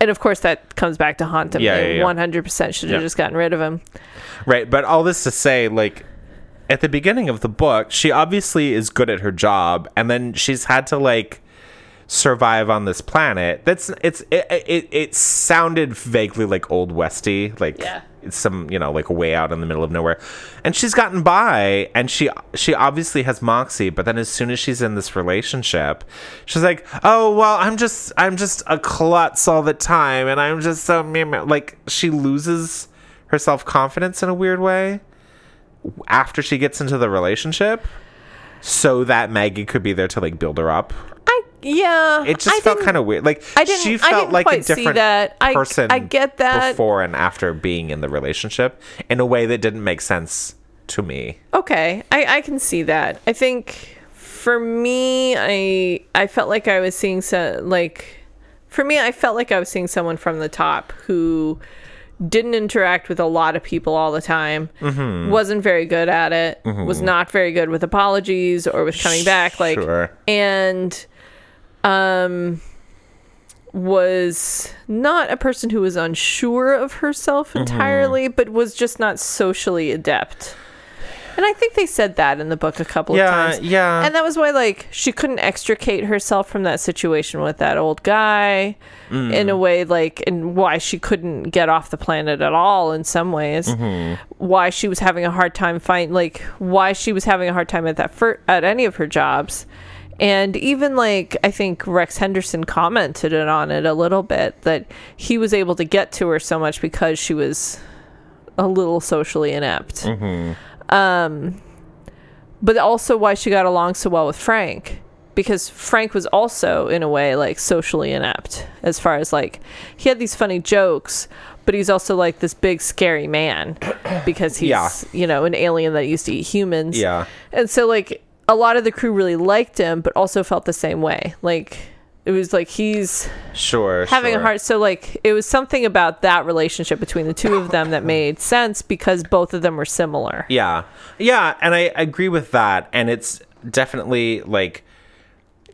Speaker 2: and of course that comes back to haunt him
Speaker 1: Yeah,
Speaker 2: They
Speaker 1: yeah, yeah.
Speaker 2: 100% should have
Speaker 1: Yeah.
Speaker 2: just gotten rid of him
Speaker 1: Right, but all this to say, like, at the beginning of the book, she obviously is good at her job, and then she's had to like survive on this planet. That's it's it it, it sounded vaguely like old westy, like
Speaker 2: Yeah.
Speaker 1: it's some you know like way out in the middle of nowhere, and she's gotten by, and she she obviously has moxie, but then as soon as she's in this relationship, she's like, oh well, I'm just I'm just a klutz all the time, and I'm just so meh, meh." like she loses her self confidence in a weird way after she gets into the relationship so that Maggie could be there to like build her up.
Speaker 2: i yeah
Speaker 1: It just
Speaker 2: I
Speaker 1: felt
Speaker 2: didn't-
Speaker 1: kind of weird. Like
Speaker 2: I didn't-
Speaker 1: she
Speaker 2: I
Speaker 1: felt
Speaker 2: didn't
Speaker 1: like a
Speaker 2: quite see
Speaker 1: different
Speaker 2: that. I-
Speaker 1: person.
Speaker 2: I get that.
Speaker 1: before and after being in the relationship in a way that didn't make sense to me.
Speaker 2: okay i i can see that i think for me i i felt like i was seeing so like for me i felt like i was seeing someone from the top who didn't interact with a lot of people all the time wasn't very good at it was not very good with apologies or was coming back like
Speaker 1: Sure.
Speaker 2: and um was not a person who was unsure of herself entirely but was just not socially adept and i think they said that in the book a couple
Speaker 1: Yeah,
Speaker 2: of times
Speaker 1: yeah.
Speaker 2: and that was why like she couldn't extricate herself from that situation with that old guy in a way like and why she couldn't get off the planet at all in some ways why she was having a hard time find like why she was having a hard time at that fir- at any of her jobs and even like i think rex henderson commented it on it a little bit that he was able to get to her so much because she was a little socially inept
Speaker 1: Mm-hmm.
Speaker 2: um but also why she got along so well with frank because frank was also in a way like socially inept as far as like he had these funny jokes but he's also like this big scary man because he's
Speaker 1: Yeah.
Speaker 2: you know an alien that used to eat humans
Speaker 1: Yeah.
Speaker 2: and so like a lot of the crew really liked him, but also felt the same way. Like it was like he's
Speaker 1: Sure.
Speaker 2: having
Speaker 1: sure.
Speaker 2: a hard so like it was something about that relationship between the two of them that made sense because both of them were similar.
Speaker 1: Yeah. Yeah, and I agree with that. And it's definitely like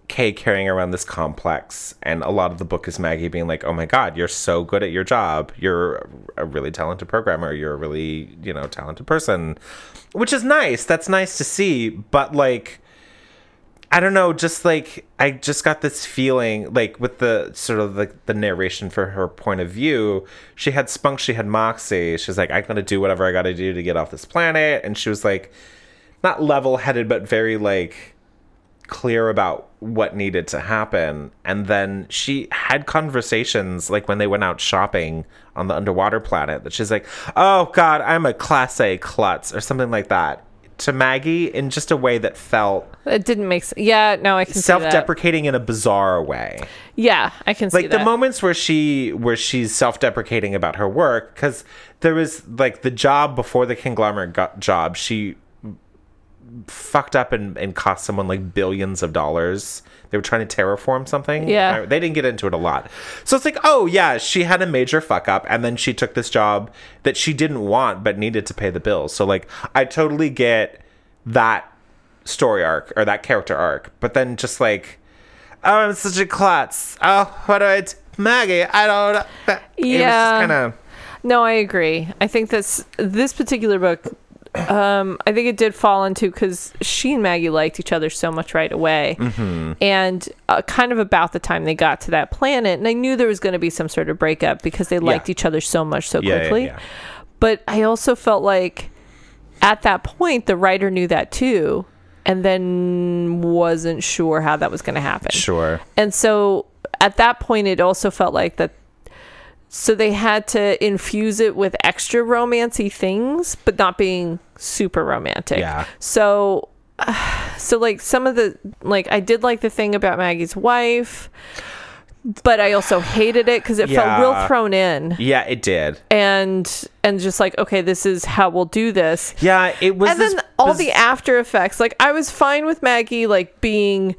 Speaker 1: Kay carrying around this complex and a lot of the book is Maggie being like, "Oh my god, you're so good at your job. You're a really talented programmer. You're a really, you know, talented person." Which is nice. That's nice to see, but like I don't know, just like I just got this feeling, like with the sort of like the narration for her point of view, she had spunk, she had moxie. She's like, I'm gonna do whatever I gotta do to get off this planet, and she was like, not level headed, but very like clear about what needed to happen. And then she had conversations like when they went out shopping on the underwater planet that she's like, Oh God, I'm a class A klutz or something like that to Maggie in just a way that felt
Speaker 2: It didn't make sense. Yeah, no, I can
Speaker 1: self
Speaker 2: see that.
Speaker 1: deprecating in a bizarre way.
Speaker 2: Yeah, I can see
Speaker 1: Like
Speaker 2: that.
Speaker 1: the moments where she where she's self deprecating about her work, because there was like the job before the conglomerate got job, she fucked up and, and cost someone like billions of dollars. They were trying to terraform something.
Speaker 2: Yeah.
Speaker 1: I- They didn't get into it a lot. So it's like, oh, yeah, she had a major fuck up and then she took this job that she didn't want but needed to pay the bills. So, like, I totally get that story arc or that character arc. But then just like, oh, I'm such a klutz. Oh, what do I do? Maggie, I don't know. It was
Speaker 2: Yeah.
Speaker 1: just kind of.
Speaker 2: No, I agree. I think this this particular book, um, I think it did fall into because she and Maggie liked each other so much right away,
Speaker 1: Mm-hmm.
Speaker 2: and uh, kind of about the time they got to that planet, and I knew there was going to be some sort of breakup because they liked each other so much so
Speaker 1: Yeah, yeah,
Speaker 2: quickly.
Speaker 1: yeah.
Speaker 2: But I also felt like at that point the writer knew that too, and then wasn't sure how that was going to happen.
Speaker 1: Sure.
Speaker 2: And so at that point, it also felt like that. So they had to infuse it with extra romancy things, but not being super romantic.
Speaker 1: Yeah.
Speaker 2: So, so like some of the like I did like the thing about Maggie's wife, but I also hated it because it felt real
Speaker 1: Yeah.
Speaker 2: thrown in
Speaker 1: Yeah, it did.
Speaker 2: and and just like okay, this is how we'll do this
Speaker 1: Yeah, it was.
Speaker 2: and then
Speaker 1: this
Speaker 2: all
Speaker 1: biz-
Speaker 2: the after effects like i was fine with maggie like being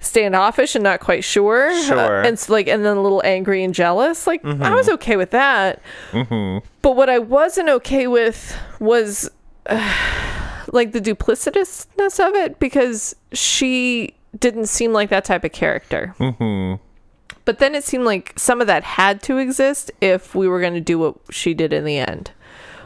Speaker 2: standoffish and not quite sure, uh,
Speaker 1: Sure. Mm-hmm.
Speaker 2: and s- like and then a little angry and jealous like i was okay with that but what i wasn't okay with was uh, like the duplicitousness of it because she didn't seem like that type of character
Speaker 1: Mm. Mm-hmm.
Speaker 2: but then it seemed like some of that had to exist if we were going to do what she did in the end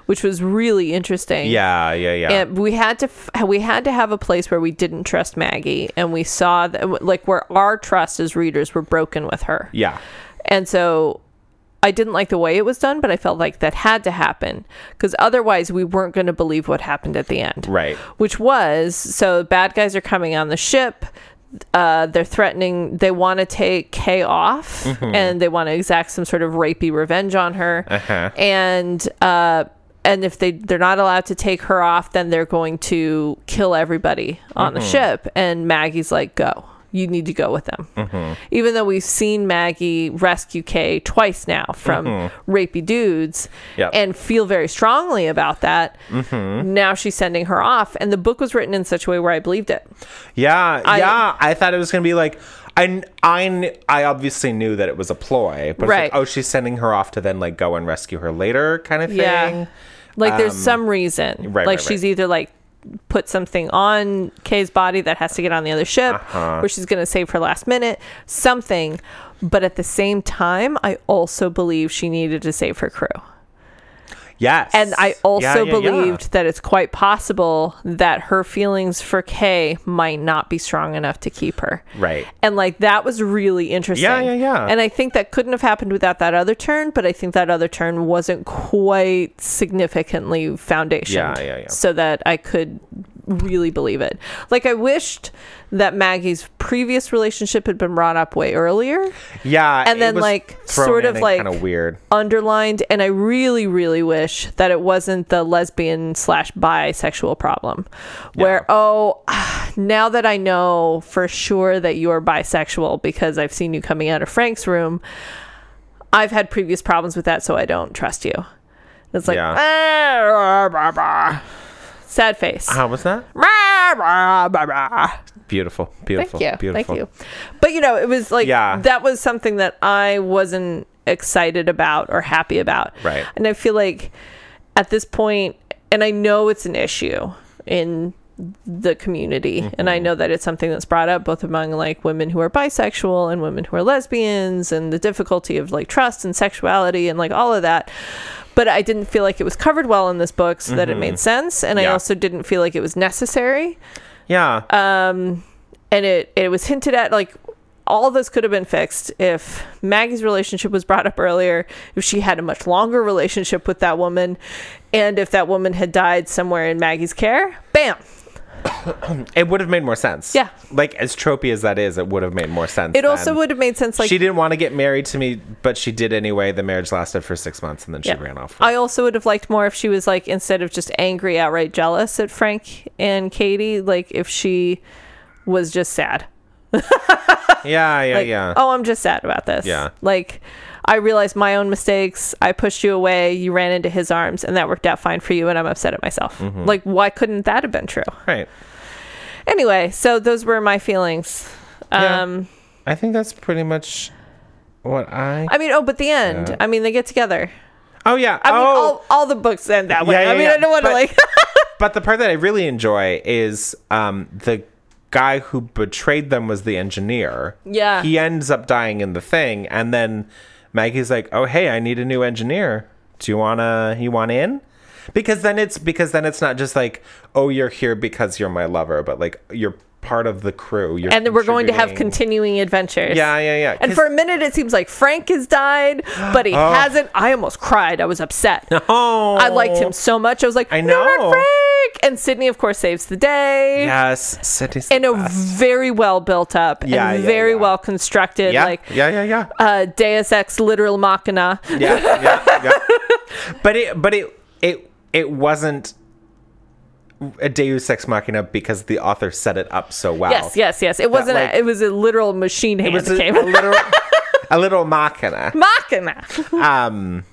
Speaker 2: which was really interesting
Speaker 1: Yeah, yeah, yeah.
Speaker 2: and we had to f- we had to have a place where we didn't trust Maggie and we saw that like where our trust as readers were broken with her
Speaker 1: yeah.
Speaker 2: and so I didn't like the way it was done but I felt like that had to happen because otherwise we weren't going to believe what happened at the end
Speaker 1: Right.
Speaker 2: which was so bad guys are coming on the ship uh, they're threatening they want to take kay off and they want to exact some sort of rapey revenge on her
Speaker 1: Uh-huh.
Speaker 2: and uh, and if they they're not allowed to take her off then they're going to kill everybody on the ship and maggie's like go you need to go with them even though we've seen maggie rescue kay twice now from rapey dudes
Speaker 1: Yep.
Speaker 2: and feel very strongly about that
Speaker 1: Mm-hmm.
Speaker 2: now she's sending her off and the book was written in such a way where i believed it
Speaker 1: Yeah,
Speaker 2: I-
Speaker 1: yeah. I thought it was gonna be like, I, kn- I, kn- I obviously knew that it was a ploy, but
Speaker 2: Right.
Speaker 1: it's like, oh, she's sending her off to then like go and rescue her later, kind of thing.
Speaker 2: Yeah. Like there's some reason.
Speaker 1: Um, right,
Speaker 2: like
Speaker 1: right,
Speaker 2: she's
Speaker 1: right.
Speaker 2: either like put something on Kay's body that has to get on the other ship
Speaker 1: Uh-huh.
Speaker 2: or she's going to save her last minute, something. But at the same time, I also believe she needed to save her crew.
Speaker 1: Yes,
Speaker 2: And I
Speaker 1: Yeah,
Speaker 2: also
Speaker 1: yeah, yeah.
Speaker 2: believed that it's quite possible that her feelings for Kay might not be strong enough to keep her.
Speaker 1: Right.
Speaker 2: And like that was really interesting.
Speaker 1: Yeah, yeah, yeah.
Speaker 2: And I think that couldn't have happened without that other turn, but I think that other turn wasn't quite significantly foundationed.
Speaker 1: Yeah, yeah, yeah.
Speaker 2: So that I could really believe it. Like I wished that Maggie's previous relationship had been brought up way earlier,
Speaker 1: Yeah,
Speaker 2: and then, like, sort of, like-
Speaker 1: kind of weird.
Speaker 2: underlined, and I really, really wish that it wasn't the lesbian slash bisexual problem, where oh, now that I know for sure that you're bisexual because I've seen you coming out of Frank's room, I've had previous problems with that, so I don't trust you. It's like
Speaker 1: Yeah.
Speaker 2: "Ah, rah, rah, rah." sad face.
Speaker 1: How was that?
Speaker 2: Rah, rah, rah, rah.
Speaker 1: Beautiful,
Speaker 2: Thank
Speaker 1: beautiful,
Speaker 2: you.
Speaker 1: beautiful.
Speaker 2: Thank you. But you know, it was like
Speaker 1: Yeah.
Speaker 2: that was something that I wasn't excited about or happy about.
Speaker 1: Right.
Speaker 2: And I feel like at this point and I know it's an issue in the community and
Speaker 1: Mm-hmm.
Speaker 2: I know that it's something that's brought up both among like women who are bisexual and women who are lesbians and the difficulty of like trust and sexuality and like all of that. But I didn't feel like it was covered well in this book so that it made sense and
Speaker 1: Mm-hmm.
Speaker 2: I
Speaker 1: Yeah.
Speaker 2: Uh, also didn't feel like it was necessary
Speaker 1: Yeah,
Speaker 2: Um, and it it was hinted at like all of this could have been fixed if Maggie's relationship was brought up earlier, if she had a much longer relationship with that woman, and if that woman had died somewhere in Maggie's care. Bam.
Speaker 1: It would have made more sense.
Speaker 2: Yeah.
Speaker 1: Like as tropey as that is, it would have made more sense.
Speaker 2: It also
Speaker 1: than-
Speaker 2: would have made sense like
Speaker 1: she didn't want to get married to me, but she did anyway. The marriage lasted for six months, and then she
Speaker 2: Yeah. Uh,
Speaker 1: ran off.
Speaker 2: I also would have liked more if she was like instead of just angry, outright jealous at Frank and Katie, like if she was just sad.
Speaker 1: yeah, yeah,
Speaker 2: Like,
Speaker 1: yeah.
Speaker 2: oh, I'm just sad about this.
Speaker 1: Yeah.
Speaker 2: Like, I realized my own mistakes. I pushed you away. You ran into his arms, and that worked out fine for you. And I'm upset at myself.
Speaker 1: Mm-hmm.
Speaker 2: Like, why couldn't that have been true?
Speaker 1: Right.
Speaker 2: Anyway, so those were my feelings.
Speaker 1: Yeah.
Speaker 2: Um,
Speaker 1: I think that's pretty much what I.
Speaker 2: I mean, oh, but the end.
Speaker 1: Yeah.
Speaker 2: I mean, they get together.
Speaker 1: oh yeah.
Speaker 2: I
Speaker 1: oh,
Speaker 2: mean, all, all the books end that way.
Speaker 1: Yeah, yeah,
Speaker 2: I mean,
Speaker 1: yeah.
Speaker 2: I don't want to
Speaker 1: But-
Speaker 2: like.
Speaker 1: but the part that I really enjoy is um, the guy who betrayed them was the engineer.
Speaker 2: Yeah.
Speaker 1: He ends up dying in the thing, and then Maggie's like, "Oh hey, I need a new engineer. Do you wanna? You want in?" Because then it's because then it's not just like, "Oh, you're here because you're my lover," but like you're part of the crew. You're
Speaker 2: and we're going to have
Speaker 1: contributing.
Speaker 2: continuing adventures.
Speaker 1: Yeah, yeah, yeah.
Speaker 2: And
Speaker 1: 'Cause-
Speaker 2: for a minute, it seems like Frank has died, but he
Speaker 1: Oh.
Speaker 2: hasn't. I almost cried. I was upset.
Speaker 1: oh,
Speaker 2: I liked him so much. I was like,
Speaker 1: I
Speaker 2: "No, not
Speaker 1: know.
Speaker 2: Frank. And Sydney, of course, saves the day.
Speaker 1: Yes, City's the
Speaker 2: In a
Speaker 1: best.
Speaker 2: very well built up
Speaker 1: Yeah,
Speaker 2: and
Speaker 1: yeah,
Speaker 2: very
Speaker 1: yeah.
Speaker 2: well constructed,
Speaker 1: yeah,
Speaker 2: like
Speaker 1: yeah, yeah, yeah.
Speaker 2: uh, Deus Ex literal machina.
Speaker 1: yeah, yeah, yeah. But it, but it, it, it wasn't a Deus Ex Machina because the author set it up so well.
Speaker 2: Yes, yes, yes. It wasn't.
Speaker 1: like-
Speaker 2: a, it was a literal machine
Speaker 1: It
Speaker 2: hand
Speaker 1: was
Speaker 2: that
Speaker 1: a,
Speaker 2: came.
Speaker 1: a little, a little machina.
Speaker 2: machina.
Speaker 1: Um,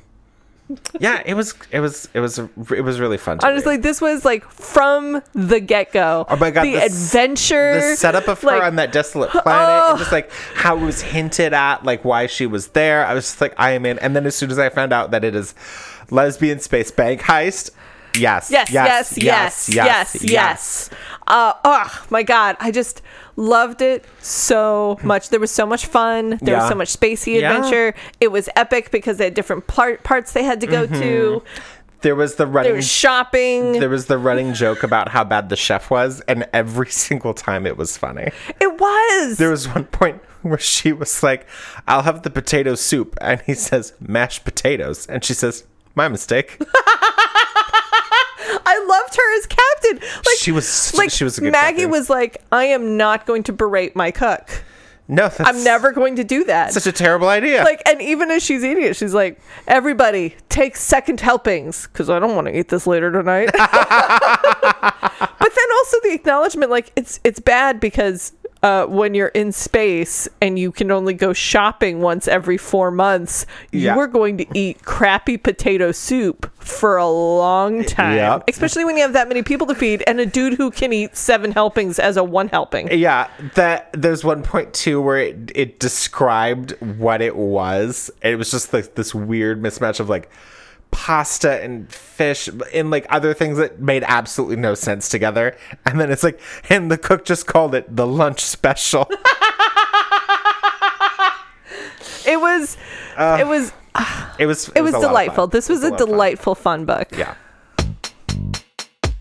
Speaker 1: yeah, it was, it was, it was, it was really fun. To
Speaker 2: Honestly,
Speaker 1: read.
Speaker 2: this was like from the get go.
Speaker 1: Oh my God,
Speaker 2: the
Speaker 1: the s-
Speaker 2: adventure,
Speaker 1: the setup of her
Speaker 2: like, oh.
Speaker 1: on that desolate planet, and just like how it was hinted at, like why she was there. I was just like, I am in. And then as soon as I found out that it is lesbian space bank heist. Yes.
Speaker 2: Yes, yes, yes, yes, yes. Uh, oh my god, I just loved it so much. There was so much fun. There was
Speaker 1: Yeah.
Speaker 2: so much spacey
Speaker 1: Yeah.
Speaker 2: adventure. It was epic because they had different part parts they had to go to.
Speaker 1: There was the
Speaker 2: There
Speaker 1: running.
Speaker 2: was shopping.
Speaker 1: Mm-hmm. there was the running joke about how bad the chef was, and every single time it was funny.
Speaker 2: it was.
Speaker 1: There was one point where she was like, "I'll have the potato soup," and he says, "Mashed potatoes," and she says, "My mistake."
Speaker 2: I loved her as captain. Like
Speaker 1: She was-
Speaker 2: like
Speaker 1: she was a good
Speaker 2: Maggie
Speaker 1: captain.
Speaker 2: was like, I am not going to berate my cook.
Speaker 1: No, that's
Speaker 2: I'm never going to do that.
Speaker 1: such a terrible idea.
Speaker 2: like and even as she's eating it she's like everybody take second helpings because i don't want to eat this later tonight but then also the acknowledgement like it's it's bad because uh, when you're in space and you can only go shopping once every four months,
Speaker 1: Yeah.
Speaker 2: you are going to eat crappy potato soup for a long time.
Speaker 1: Yep.
Speaker 2: Especially when you have that many people to feed and a dude who can eat seven helpings as a one helping.
Speaker 1: Yeah, that there's one point too where it, it described what it was. It was just like this weird mismatch of like pasta and fish and like other things that made absolutely no sense together. And then it's like, and the cook just called it the lunch special.
Speaker 2: It was, it was
Speaker 1: It was
Speaker 2: it
Speaker 1: a lot of
Speaker 2: was
Speaker 1: fun.
Speaker 2: delightful. This
Speaker 1: It
Speaker 2: was
Speaker 1: a
Speaker 2: a
Speaker 1: lot of fun.
Speaker 2: delightful, fun book.
Speaker 1: Yeah.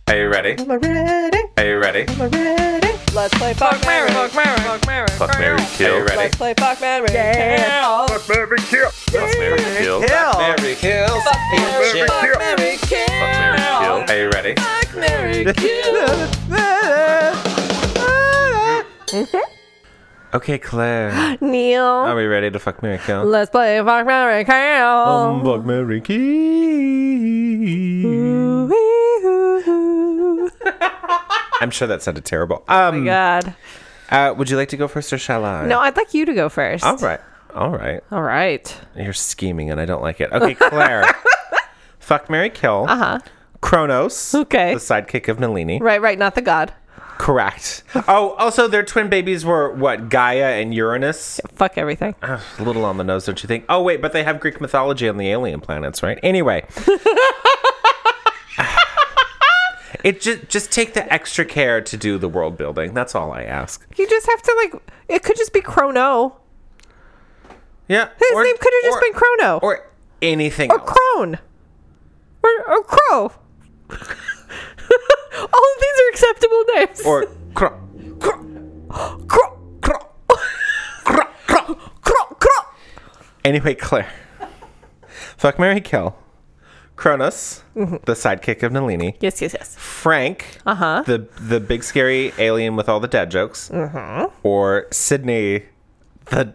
Speaker 1: Are you ready?
Speaker 2: I'm ready.
Speaker 1: Are you ready?
Speaker 2: I'm ready. Let's play Fuck Mary. Fuck Mary. Fuck Mary. Fuck
Speaker 4: Mary, kill.
Speaker 1: Are you ready?
Speaker 2: Let's play Fuck Mary. Yeah. Fuck
Speaker 4: Mary kill.
Speaker 1: Mary kills.
Speaker 2: Mary. Fuck Mary. Kill.
Speaker 4: Mary kill.
Speaker 1: Are you ready?
Speaker 2: Fuck Mary. Kill.
Speaker 1: Okay, Claire. Are
Speaker 2: Neil.
Speaker 1: we ready to fuck Mary Kill?
Speaker 2: Let's play Fuck Mary. Kill.
Speaker 1: Fuck Mary Kill.
Speaker 2: Ooh-wee-hoo-hoo.
Speaker 1: I'm sure that sounded terrible. Um,
Speaker 2: God.
Speaker 1: uh, would you like to go first or shall I?
Speaker 2: No, I'd like you to go first.
Speaker 1: All right. All right.
Speaker 2: All right.
Speaker 1: You're scheming and I don't like it. Okay, Claire. fuck Mary Kill. Uh huh. Kronos.
Speaker 2: Uh-huh. Okay.
Speaker 1: The sidekick of Nalini.
Speaker 2: Right, right. Not the god.
Speaker 1: Correct. Oh, also their twin babies were what Gaia and Uranus.
Speaker 2: Fuck everything.
Speaker 1: Ugh, a little on the nose, don't you think? Oh wait, but they have Greek mythology on the alien planets, right? Anyway. it just just take the extra care to do the world building. That's all I ask.
Speaker 2: You just have to like. It could just be Chrono.
Speaker 1: Yeah.
Speaker 2: His name could have just
Speaker 1: or-
Speaker 2: been Chrono.
Speaker 1: or anything
Speaker 2: or
Speaker 1: else.
Speaker 2: crone or, or crow. All of these are acceptable names.
Speaker 1: or cro- cro-
Speaker 5: Craw,
Speaker 1: Craw, craw, craw.
Speaker 5: craw, craw.
Speaker 1: Anyway, Claire. Fuck Mary Kill. Cronus,
Speaker 2: Mm-hmm.
Speaker 1: the sidekick of Nalini.
Speaker 2: Yes, yes, yes.
Speaker 1: Frank, uh-huh. the the big scary alien with all the dad jokes, or Sydney, the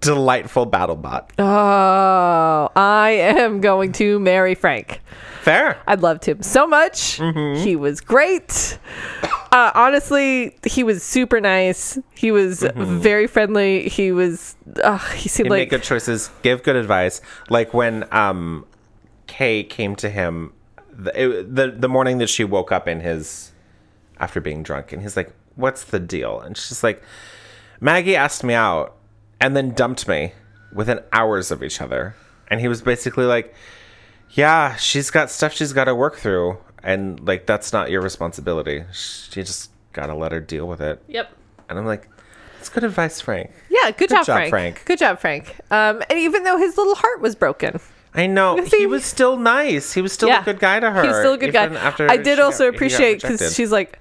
Speaker 1: delightful battle bot.
Speaker 2: Oh, I am going to marry Frank.
Speaker 1: Fair.
Speaker 2: I loved him so much.
Speaker 1: Mm-hmm.
Speaker 2: He was great. Uh, honestly, he was super nice. He was very friendly. He was. Uh, he seemed
Speaker 1: He'd
Speaker 2: like
Speaker 1: make Mm-hmm. good choices, give good advice. Like when um, Kay came to him the, it, the the morning that she woke up in his after being drunk, and he's like, "What's the deal?" And she's like, "Maggie asked me out, and then dumped me within hours of each other." And he was basically like, "Yeah, she's got stuff she's got to work through, and like that's not your responsibility. She just gotta let her deal with it."
Speaker 2: Yep.
Speaker 1: And I'm like, "That's good advice, Frank."
Speaker 2: Yeah, good, job,
Speaker 1: job,
Speaker 2: Frank.
Speaker 1: Frank.
Speaker 2: Good job, Frank. Um, and even though his little heart was broken,
Speaker 1: I know
Speaker 2: think-
Speaker 1: he was still nice. He was still
Speaker 2: yeah,
Speaker 1: a good guy to her.
Speaker 2: He was still a good guy.
Speaker 1: even After
Speaker 2: I did
Speaker 1: she
Speaker 2: also
Speaker 1: got- he got
Speaker 2: appreciate
Speaker 1: rejected.
Speaker 2: because she's like,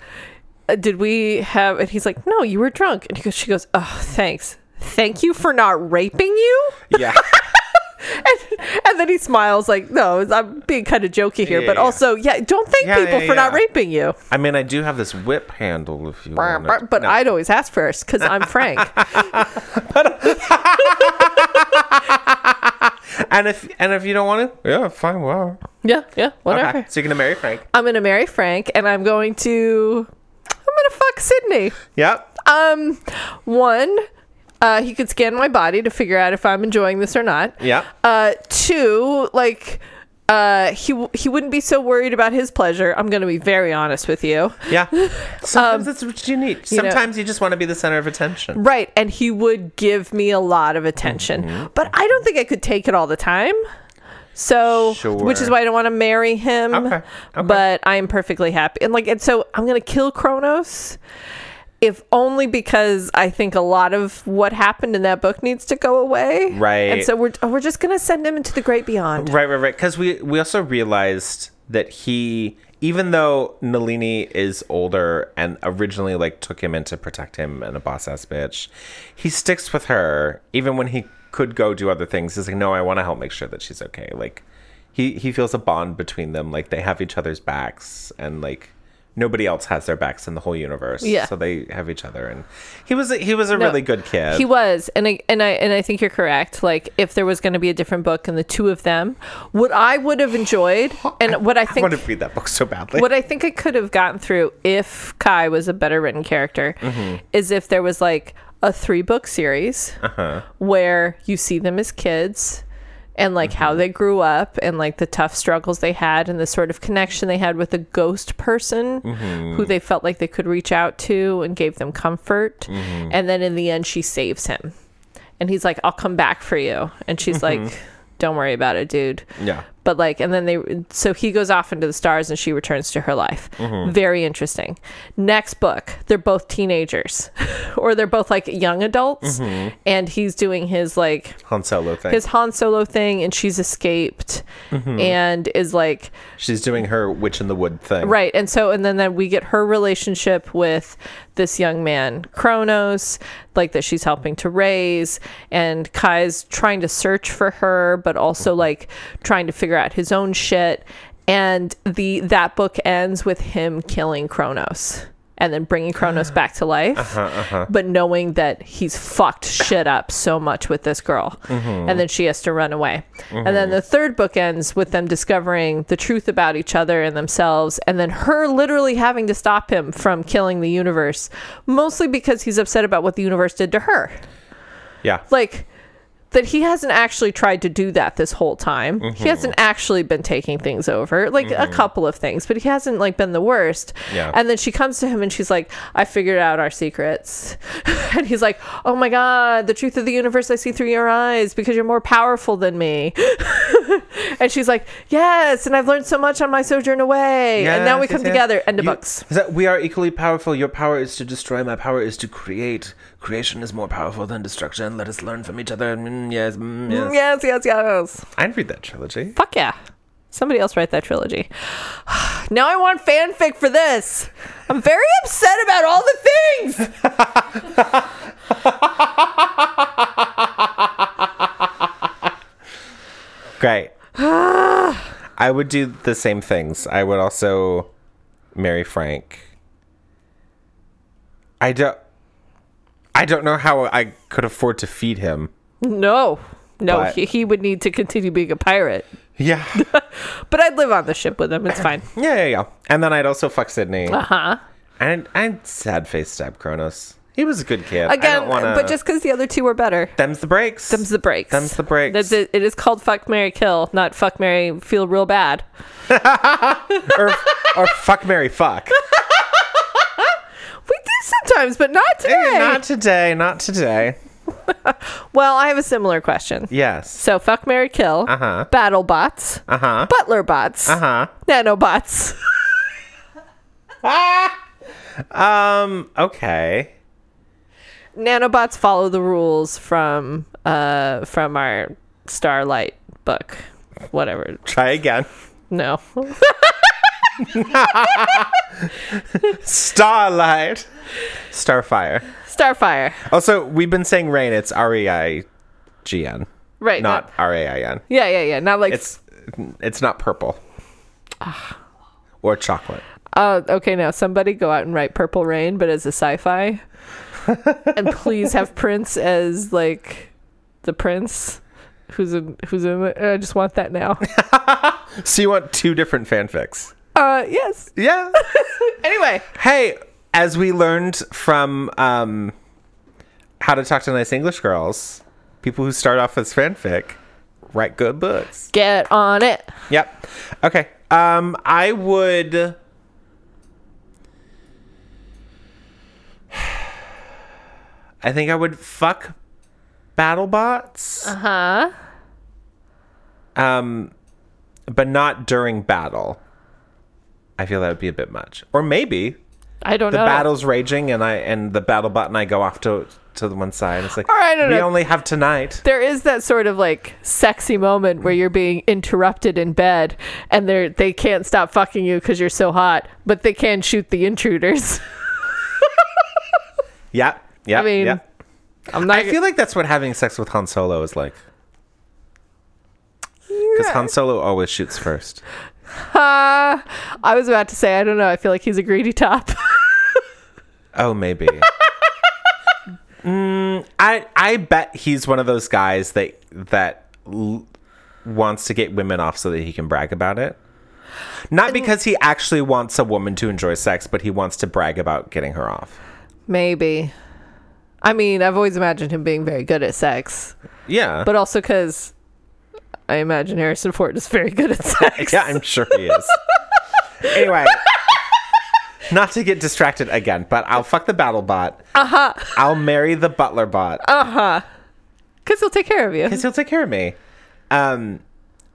Speaker 2: uh, "Did we have?" And he's like, "No, you were drunk." And he goes, she goes, "Oh, thanks, thank you for not raping you."
Speaker 1: yeah,
Speaker 2: And then he smiles like, "No, I'm being kind of jokey here,
Speaker 1: Yeah,
Speaker 2: but
Speaker 1: yeah.
Speaker 2: also, yeah, don't thank
Speaker 1: Yeah,
Speaker 2: people
Speaker 1: yeah,
Speaker 2: for not
Speaker 1: yeah.
Speaker 2: raping you."
Speaker 1: I mean, I do have this whip handle if you want.
Speaker 2: But but I'd always ask first because I'm Frank.
Speaker 1: and if and if you don't want to, yeah, fine. Well,
Speaker 2: yeah, yeah, whatever.
Speaker 1: okay. So you're gonna marry Frank?
Speaker 2: I'm gonna marry Frank, and I'm going to, I'm gonna fuck Sydney.
Speaker 1: Yep.
Speaker 2: Um, one, uh, he could scan my body to figure out if I'm enjoying this or not.
Speaker 1: Yeah.
Speaker 2: Uh, two, like, uh, he w- he wouldn't be so worried about his pleasure. I'm gonna be very honest with you.
Speaker 1: Yeah. Sometimes that's what you need.
Speaker 2: Um, you know-
Speaker 1: Sometimes you just want to be the center of attention.
Speaker 2: Right, and he would give me a lot of attention,
Speaker 1: Mm-hmm.
Speaker 2: but I don't think I could take it all the time. So, which is
Speaker 1: Sure.
Speaker 2: why I don't want to marry him.
Speaker 1: Okay, okay.
Speaker 2: But I'm perfectly happy, and like, and so I'm gonna kill Kronos, if only because I think a lot of what happened in that book needs to go away.
Speaker 1: Right.
Speaker 2: and so we're we're just gonna send him into the great beyond.
Speaker 1: Right, right, right. Because we we also realized that he, even though Nalini is older and originally like took him in to protect him and a boss ass bitch, he sticks with her even when he could go do other things. He's like, no, I want to help make sure that she's okay. Like, he he feels a bond between them. Like they have each other's backs and like. Nobody else has their backs in the whole universe,
Speaker 2: Yeah.
Speaker 1: So they have each other, and he was a, he was a really good kid.
Speaker 2: He was, and I and I and I think you're correct. Like, if there was going to be a different book and the two of them, what I would have enjoyed, and what I
Speaker 1: I
Speaker 2: think
Speaker 1: want to read that book so badly.
Speaker 2: what I think I could have gotten through if Kai was a better written character is if there was like a three book series where you see them as kids and like how they grew up and like the tough struggles they had and the sort of connection they had with a ghost person who they felt like they could reach out to and gave them comfort and then in the end she saves him and he's like I'll come back for you and she's like don't worry about it dude
Speaker 1: yeah,
Speaker 2: but like and then they so he goes off into the stars and she returns to her life very interesting next book they're both teenagers or they're both like young adults and he's doing his like
Speaker 1: Han Solo thing.
Speaker 2: his han solo thing and she's escaped and is like
Speaker 1: She's doing her witch in the wood thing.
Speaker 2: Right. And so, and then, then we get her relationship with this young man, Kronos, like that she's helping to raise. And Kai's trying to search for her, but also like trying to figure out his own shit. And the that book ends with him killing Kronos and then bringing Kronos back to life, but knowing that he's fucked shit up so much with this girl, and then she has to run away. And then the third book ends with them discovering the truth about each other and themselves, and then her literally having to stop him from killing the universe, mostly because he's upset about what the universe did to her.
Speaker 1: Yeah.
Speaker 2: Like, that he hasn't actually tried to do that this whole time.
Speaker 1: Mm-hmm.
Speaker 2: He hasn't actually been taking things over, like a couple of things, but he hasn't like been the worst.
Speaker 1: Yeah.
Speaker 2: And then she comes to him and she's like, "I figured out our secrets," and he's like, "Oh my god, the truth of the universe I see through your eyes because you're more powerful than me." and she's like, "Yes," and I've learned so much on my sojourn away, and now we
Speaker 1: Yes,
Speaker 2: come
Speaker 1: yes, yes.
Speaker 2: together. End of
Speaker 6: You-
Speaker 2: books.
Speaker 6: is that we are equally powerful. Your power is to destroy. My power is to create. Creation is more powerful than destruction. Let us learn from each other. Mm, yes, mm, yes.
Speaker 2: Yes, yes, yes.
Speaker 1: I'd read that trilogy.
Speaker 2: Fuck yeah. Somebody else write that trilogy. Now I want fanfic for this. I'm very upset about all the things.
Speaker 1: Great. I would do the same things. I would also marry Frank. I don't. I don't know how I could afford to feed him.
Speaker 2: No, no,
Speaker 1: But-
Speaker 2: he, he would need to continue being a pirate.
Speaker 1: Yeah,
Speaker 2: But I'd live on the ship with him. It's fine.
Speaker 1: yeah, yeah, yeah. And then I'd also fuck Sydney
Speaker 2: Uh huh.
Speaker 1: and and sad face stab Kronos. He was a good kid. I
Speaker 2: Again,
Speaker 1: don't wanna...
Speaker 2: but just because the other two were better.
Speaker 1: them's the breaks.
Speaker 2: Them's the breaks.
Speaker 1: Them's the breaks.
Speaker 2: That's it. It is called fuck Mary Kill, not fuck Mary feel real bad.
Speaker 1: or, or fuck Mary fuck.
Speaker 2: We do sometimes, but not today.
Speaker 1: Eh, Not today. Not today.
Speaker 2: well, I have a similar question.
Speaker 1: Yes.
Speaker 2: So fuck Mary Kill,
Speaker 1: Uh-huh.
Speaker 2: battle bots,
Speaker 1: Uh huh.
Speaker 2: butler bots,
Speaker 1: Uh huh.
Speaker 2: nanobots.
Speaker 1: Um. Okay.
Speaker 2: nanobots follow the rules from uh from our starlight book whatever
Speaker 1: Try again.
Speaker 2: no
Speaker 1: Starlight. Starfire.
Speaker 2: starfire
Speaker 1: Also, we've been saying rain. It's R E I G N,
Speaker 2: right
Speaker 1: not R A I N.
Speaker 2: yeah yeah yeah not like
Speaker 1: It's it's not purple.
Speaker 2: Ah.
Speaker 1: Or chocolate.
Speaker 2: uh, okay now somebody go out and write purple rain but as a sci-fi and please have prince as like the prince who's a who's a i just want that now
Speaker 1: So you want two different fanfics?
Speaker 2: uh yes
Speaker 1: Yeah.
Speaker 2: anyway
Speaker 1: hey, as we learned from um, How to Talk to Nice English Girls, people who start off as fanfic write good books.
Speaker 2: get on it
Speaker 1: Yep. Okay. Um, I would. I think I would fuck BattleBots. Uh huh. Um, but not during battle. I feel that would be a bit much. Or maybe
Speaker 2: i don't
Speaker 1: the
Speaker 2: know
Speaker 1: battle's raging and I and the battle bot and I go off to to the one side. It's like
Speaker 2: All right, no,
Speaker 1: we
Speaker 2: no.
Speaker 1: only have tonight.
Speaker 2: there is that sort of like sexy moment where you're being interrupted in bed and they they can't stop fucking you because you're so hot, but they can shoot the intruders.
Speaker 1: Yep. Yep.
Speaker 2: I mean,
Speaker 1: yep.
Speaker 2: I'm not.
Speaker 1: I feel like that's what having sex with Han Solo is like. Because Han Solo always shoots first.
Speaker 2: Uh, I was about to say I don't know. I feel like he's a greedy top.
Speaker 1: Oh, maybe. Mm, I I bet he's one of those guys that that l- wants to get women off so that he can brag about it. Not because he actually wants a woman to enjoy sex, but he wants to brag about getting her off.
Speaker 2: Maybe. I mean, I've always imagined him being very good at sex,
Speaker 1: Yeah,
Speaker 2: but also because I imagine Harrison Ford is very good at sex.
Speaker 1: yeah, I'm sure he is. anyway, not to get distracted again, but I'll fuck the battle bot. Uh huh. I'll marry the butler bot
Speaker 2: because he'll take care of you.
Speaker 1: because he'll take care of me. Um,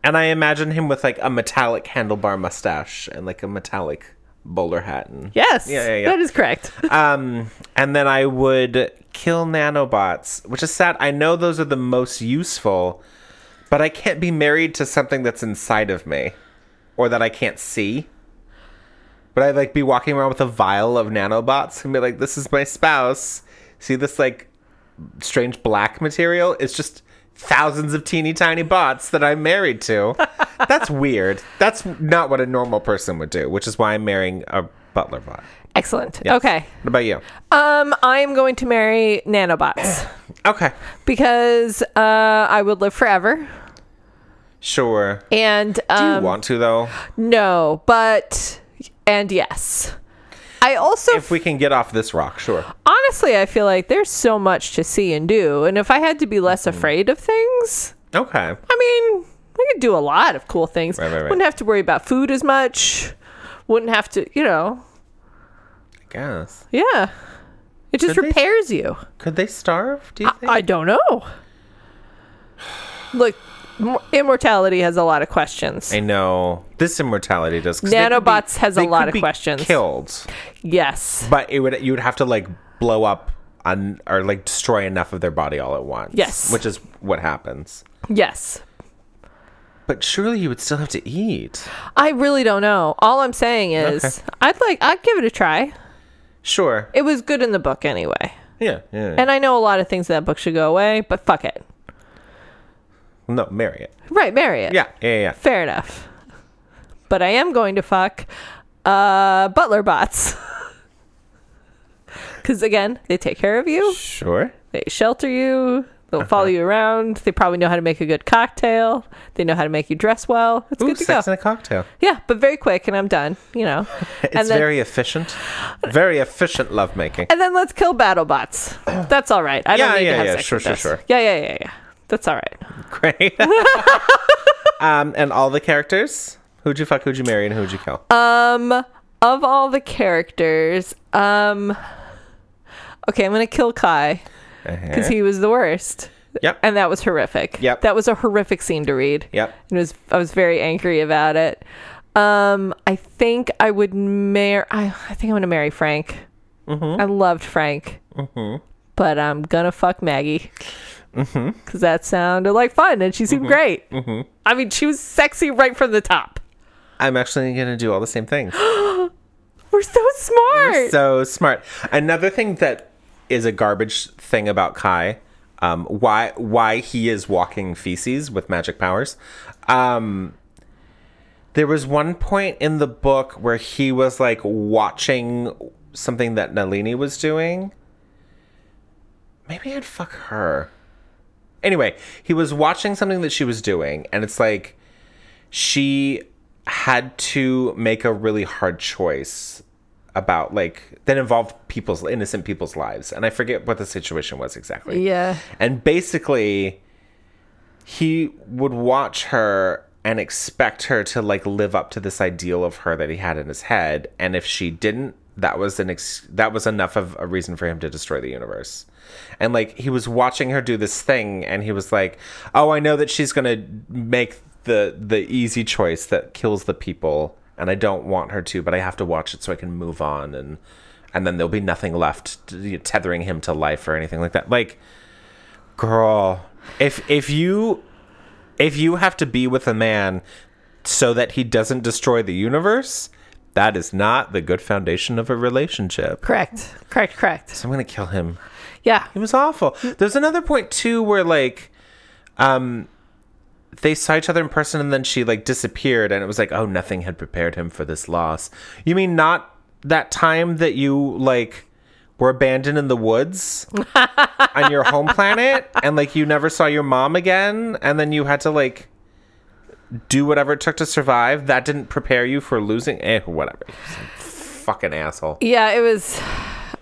Speaker 1: and I imagine him with like a metallic handlebar mustache and like a metallic bowler hat. And
Speaker 2: Yes,
Speaker 1: Yeah, yeah, yeah.
Speaker 2: that is correct.
Speaker 1: um, and then I would kill nanobots, which is sad. I know those are the most useful, but I can't be married to something that's inside of me or that I can't see. But I'd like be walking around with a vial of nanobots and be like, "This is my spouse." See this like strange black material? It's just thousands of teeny tiny bots that I'm married to. that's weird. That's not what a normal person would do, which is why I'm marrying a butler bot.
Speaker 2: Excellent.
Speaker 1: Yes.
Speaker 2: Okay.
Speaker 1: What about you?
Speaker 2: Um, I am going to marry nanobots.
Speaker 1: Okay.
Speaker 2: because uh, I would live forever.
Speaker 1: Sure.
Speaker 2: And
Speaker 1: Do you
Speaker 2: um,
Speaker 1: want to though?
Speaker 2: no, but and yes, I also
Speaker 1: If we can get off this rock, sure.
Speaker 2: honestly I feel like there's so much to see and do, and if I had to be less
Speaker 1: Mm-hmm.
Speaker 2: afraid of things,
Speaker 1: Okay.
Speaker 2: I mean, I could do a lot of cool things.
Speaker 1: Right, right, right.
Speaker 2: Wouldn't have to worry about food as much. Wouldn't have to, you know,
Speaker 1: I guess.
Speaker 2: yeah. It just
Speaker 1: Could they-
Speaker 2: repairs you.
Speaker 1: Could they starve? Do you think?
Speaker 2: I don't know. Look, m- immortality has a lot of questions.
Speaker 1: I know this immortality does. 'cause they could
Speaker 2: Nanobots has a
Speaker 1: they
Speaker 2: lot
Speaker 1: could
Speaker 2: of
Speaker 1: be
Speaker 2: questions.
Speaker 1: Killed,
Speaker 2: Yes.
Speaker 1: but it would you would have to like blow up on or like destroy enough of their body all at once.
Speaker 2: Yes.
Speaker 1: which is what happens.
Speaker 2: Yes.
Speaker 1: But surely you would still have to eat.
Speaker 2: I really don't know. All I'm saying is,
Speaker 7: Okay.
Speaker 2: I'd like, I'd give it a try.
Speaker 1: Sure.
Speaker 2: It was good in the book anyway,
Speaker 1: Yeah. Yeah.
Speaker 2: and I know a lot of things in that book should go away, but fuck it.
Speaker 1: no, marry it.
Speaker 2: Right, marry it.
Speaker 7: Yeah.
Speaker 1: Yeah. Yeah.
Speaker 2: fair enough. But I am going to fuck uh, butler bots. Because again, they take care of you,
Speaker 1: Sure.
Speaker 2: they shelter you, they'll follow you around. They probably know how to make a good cocktail. They know how to make you dress well. It's
Speaker 1: Ooh,
Speaker 2: good to
Speaker 1: sex
Speaker 2: go.
Speaker 1: in a cocktail.
Speaker 2: Yeah, but very quick, and I'm done. You know,
Speaker 1: It's
Speaker 2: and then
Speaker 1: very efficient. Very efficient lovemaking.
Speaker 2: and then let's kill battle bots. That's all right. I
Speaker 1: Yeah,
Speaker 2: don't need
Speaker 1: yeah,
Speaker 2: to have
Speaker 1: yeah,
Speaker 2: sex
Speaker 1: sure,
Speaker 2: with
Speaker 1: sure,
Speaker 2: this.
Speaker 1: sure.
Speaker 2: Yeah, yeah, yeah, yeah. That's all right.
Speaker 1: Great. um, and all the characters? Who'd you fuck, who'd you marry, and who'd you kill?
Speaker 2: Um, of all the characters, um, okay, I'm gonna kill Kai.
Speaker 1: Uh-huh.
Speaker 2: because he was the worst.
Speaker 1: Yep.
Speaker 2: And that was horrific.
Speaker 1: Yep.
Speaker 2: That was a horrific scene to read.
Speaker 1: Yep.
Speaker 2: And it was I was very angry about it. Um, I think I would marry. I, I think I'm gonna marry Frank. I loved Frank. Mm-hmm. But I'm gonna fuck Maggie. Mm-hmm. Cause that sounded like fun, and she seemed great. Mm-hmm. I mean, she was sexy right from the top.
Speaker 1: I'm actually going to do all the same things.
Speaker 2: We're so smart.
Speaker 1: so smart. Another thing that is a garbage thing about Kai, um, why why he is walking feces with magic powers. Um, there was one point in the book where he was like watching something that Nalini was doing. Maybe I'd fuck her. Anyway, he was watching something that she was doing, and it's like she had to make a really hard choice about like that involved people's innocent people's lives and i forget what the situation was exactly
Speaker 2: Yeah.
Speaker 1: and basically he would watch her and expect her to like live up to this ideal of her that he had in his head and if she didn't that was an ex- that was enough of a reason for him to destroy the universe and like he was watching her do this thing and he was like oh i know that she's going to make the the easy choice that kills the people and i don't want her to but i have to watch it so i can move on and and then there'll be nothing left t- tethering him to life or anything like that like girl if if you if you have to be with a man so that he doesn't destroy the universe that is not the good foundation of a relationship
Speaker 2: Correct. Correct. Correct.
Speaker 1: so i'm gonna kill him
Speaker 2: Yeah.
Speaker 1: it was awful there's another point too where like um they saw each other in person and then she like disappeared and it was like oh nothing had prepared him for this loss you mean not that time that you like were abandoned in the woods on your home planet and like you never saw your mom again and then you had to like do whatever it took to survive that didn't prepare you for losing eh whatever Some fucking asshole
Speaker 2: Yeah, it was.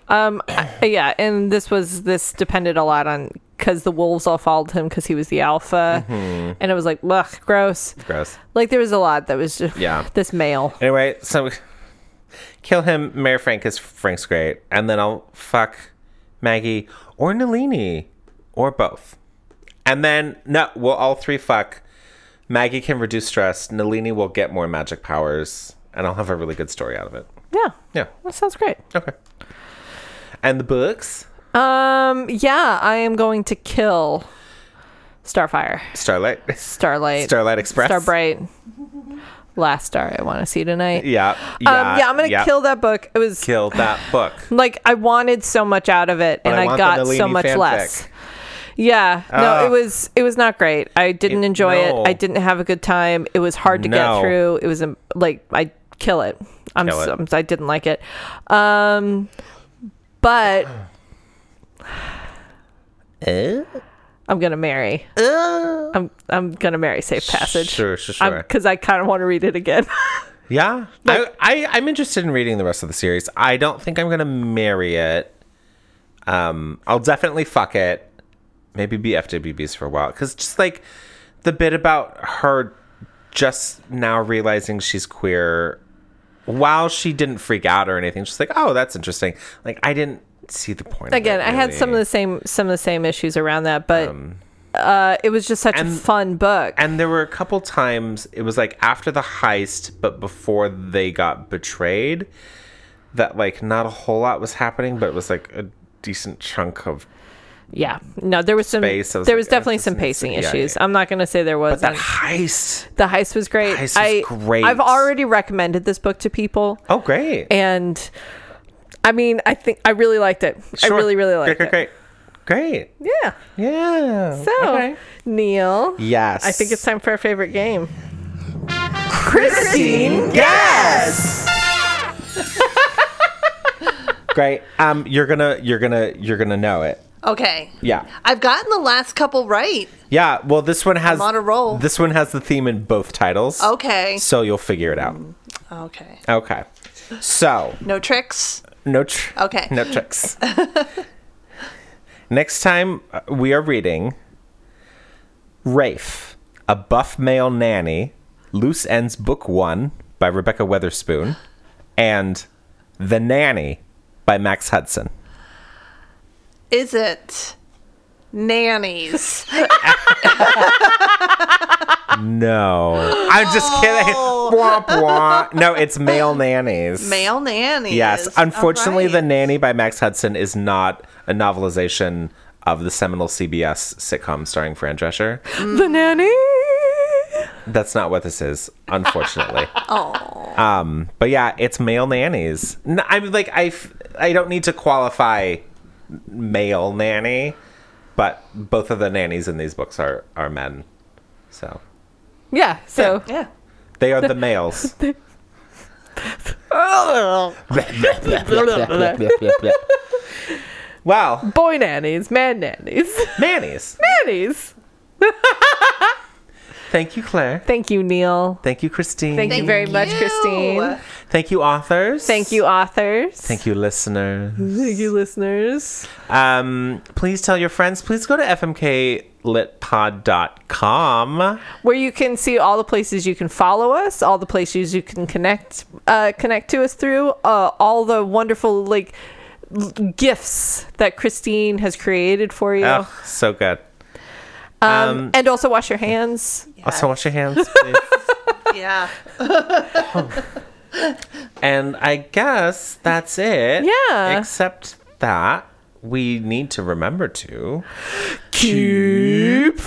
Speaker 2: Um, I- yeah, and this was this depended a lot on because the wolves all followed him because he was the alpha,
Speaker 1: Mm-hmm.
Speaker 2: and it was like, ugh, gross.
Speaker 1: gross
Speaker 2: Like there was a lot that was just
Speaker 1: Yeah.
Speaker 2: this male.
Speaker 1: Anyway, so kill him, marry Frank because Frank's great, and then I'll fuck Maggie or Nalini or both. And then no, we'll all three fuck. Maggie can reduce stress. Nalini will get more magic powers, and I'll have a really good story out of it.
Speaker 2: Yeah,
Speaker 1: Yeah.
Speaker 2: that sounds great.
Speaker 1: Okay. And the books,
Speaker 2: Um, yeah, I am going to kill Starfire,
Speaker 1: Starlight,
Speaker 2: Starlight,
Speaker 1: Starlight Express,
Speaker 2: Starbright, Last Star. I want to see tonight.
Speaker 1: Yeah.
Speaker 2: um, yeah, I'm gonna kill that book. It was
Speaker 1: kill that book.
Speaker 2: Like I wanted so much out of it,
Speaker 1: But
Speaker 2: and
Speaker 1: I
Speaker 2: I,
Speaker 1: want the
Speaker 2: got so
Speaker 1: Nalini
Speaker 2: much
Speaker 1: fanfic.
Speaker 2: less. Yeah, no,
Speaker 1: Ah.
Speaker 2: it was it was not great. I didn't
Speaker 1: It-
Speaker 2: enjoy
Speaker 1: no.
Speaker 2: it. I didn't have a good time. It was hard to
Speaker 1: No.
Speaker 2: get through. It was um, like I kill it. I'm,
Speaker 1: Kill it.
Speaker 2: so- I didn't like it. Um, but
Speaker 1: Eh?
Speaker 2: I'm gonna marry. I'm I'm gonna marry Safe Passage.
Speaker 1: Sure, sure, sure.
Speaker 2: Because I kind of want to read it again.
Speaker 1: Yeah, I, I I'm interested in reading the rest of the series. I don't think I'm gonna marry it. Um, I'll definitely fuck it. Maybe be FWBs for a while because just like the bit about her just now realizing she's queer, while she didn't freak out or anything, she's like, "Oh, that's interesting." Like I didn't see the point. of it,
Speaker 2: again, I had some of
Speaker 1: really. Um,
Speaker 2: the same some of the same issues around that, but uh, it was just such a
Speaker 1: and-
Speaker 2: fun book.
Speaker 1: And there were a couple times it was like after the heist, but before they got betrayed, that like not a whole lot was happening, but it was like a decent chunk of
Speaker 2: yeah. No, there was some.
Speaker 1: Space, I was
Speaker 2: there
Speaker 1: like,
Speaker 2: was definitely
Speaker 1: it's
Speaker 2: some
Speaker 1: just-
Speaker 2: pacing
Speaker 1: yeah, yeah,
Speaker 2: issues.
Speaker 1: yeah.
Speaker 2: I'm not going to say there wasn't.
Speaker 1: That heist.
Speaker 2: the heist was great.
Speaker 1: heist was
Speaker 2: I
Speaker 1: great.
Speaker 2: I've already recommended this book to people,
Speaker 1: Oh, great.
Speaker 2: and I mean, I think I really liked it. I
Speaker 1: Sure.
Speaker 2: really, really liked
Speaker 1: great, great, great.
Speaker 2: it. Yeah.
Speaker 1: Great. Yeah.
Speaker 2: So,
Speaker 1: Okay.
Speaker 2: Neil,
Speaker 1: Yes.
Speaker 2: I think it's time for our favorite game.
Speaker 1: Christine Guess. Great. Um, you're gonna, you're gonna, you're gonna know it.
Speaker 8: Okay.
Speaker 1: Yeah.
Speaker 8: I've gotten the last couple right.
Speaker 1: Yeah. Well, this one has
Speaker 8: I'm on a roll.
Speaker 1: This one has the theme in both titles.
Speaker 8: Okay.
Speaker 1: So you'll figure it out.
Speaker 8: Okay.
Speaker 1: Okay. So
Speaker 8: No tricks.
Speaker 1: no. Tr-
Speaker 8: Okay.
Speaker 1: No tricks. Next time uh, we are reading Rafe, a buff male nanny, Loose Ends Book One by Rebecca Weatherspoon, and The Nanny by Max Hudson.
Speaker 8: Is it nannies?
Speaker 1: No, I'm just kidding. Womp womp. No, it's male nannies.
Speaker 8: Male nannies.
Speaker 1: Yes, unfortunately,
Speaker 8: All
Speaker 1: The
Speaker 8: right.
Speaker 1: Nanny by Max Hudson is not a novelization of the seminal CBS sitcom starring Fran Drescher.
Speaker 2: The nanny.
Speaker 1: That's not what this is, unfortunately. oh. Um, but yeah, it's male nannies. N- I'm like I, f- I don't need to qualify male nanny, but both of the nannies in these books are are men. So,
Speaker 2: Yeah. So
Speaker 8: Yeah.
Speaker 1: they are the males. well,
Speaker 2: boy nannies, man nannies,
Speaker 1: nannies.
Speaker 2: nannies.
Speaker 1: Thank you, Claire.
Speaker 2: Thank you, Neil.
Speaker 1: Thank you, Christine.
Speaker 2: Thank, you very much, Christine.
Speaker 1: Thank you, authors.
Speaker 2: Thank you, authors.
Speaker 1: Thank you, listeners.
Speaker 2: Thank you, listeners.
Speaker 1: Um, please tell your friends. Please go to fmklitpod.com.
Speaker 2: where you can see all the places you can follow us, all the places you can connect uh, connect to us through, uh, all the wonderful like l- gifts that Christine has created for you,
Speaker 1: Oh, so good.
Speaker 2: um, and also wash your hands.
Speaker 1: Also, wash your hands, please.
Speaker 8: Yeah.
Speaker 1: and I guess that's it.
Speaker 2: Yeah.
Speaker 1: Except that we need to remember to
Speaker 2: Keep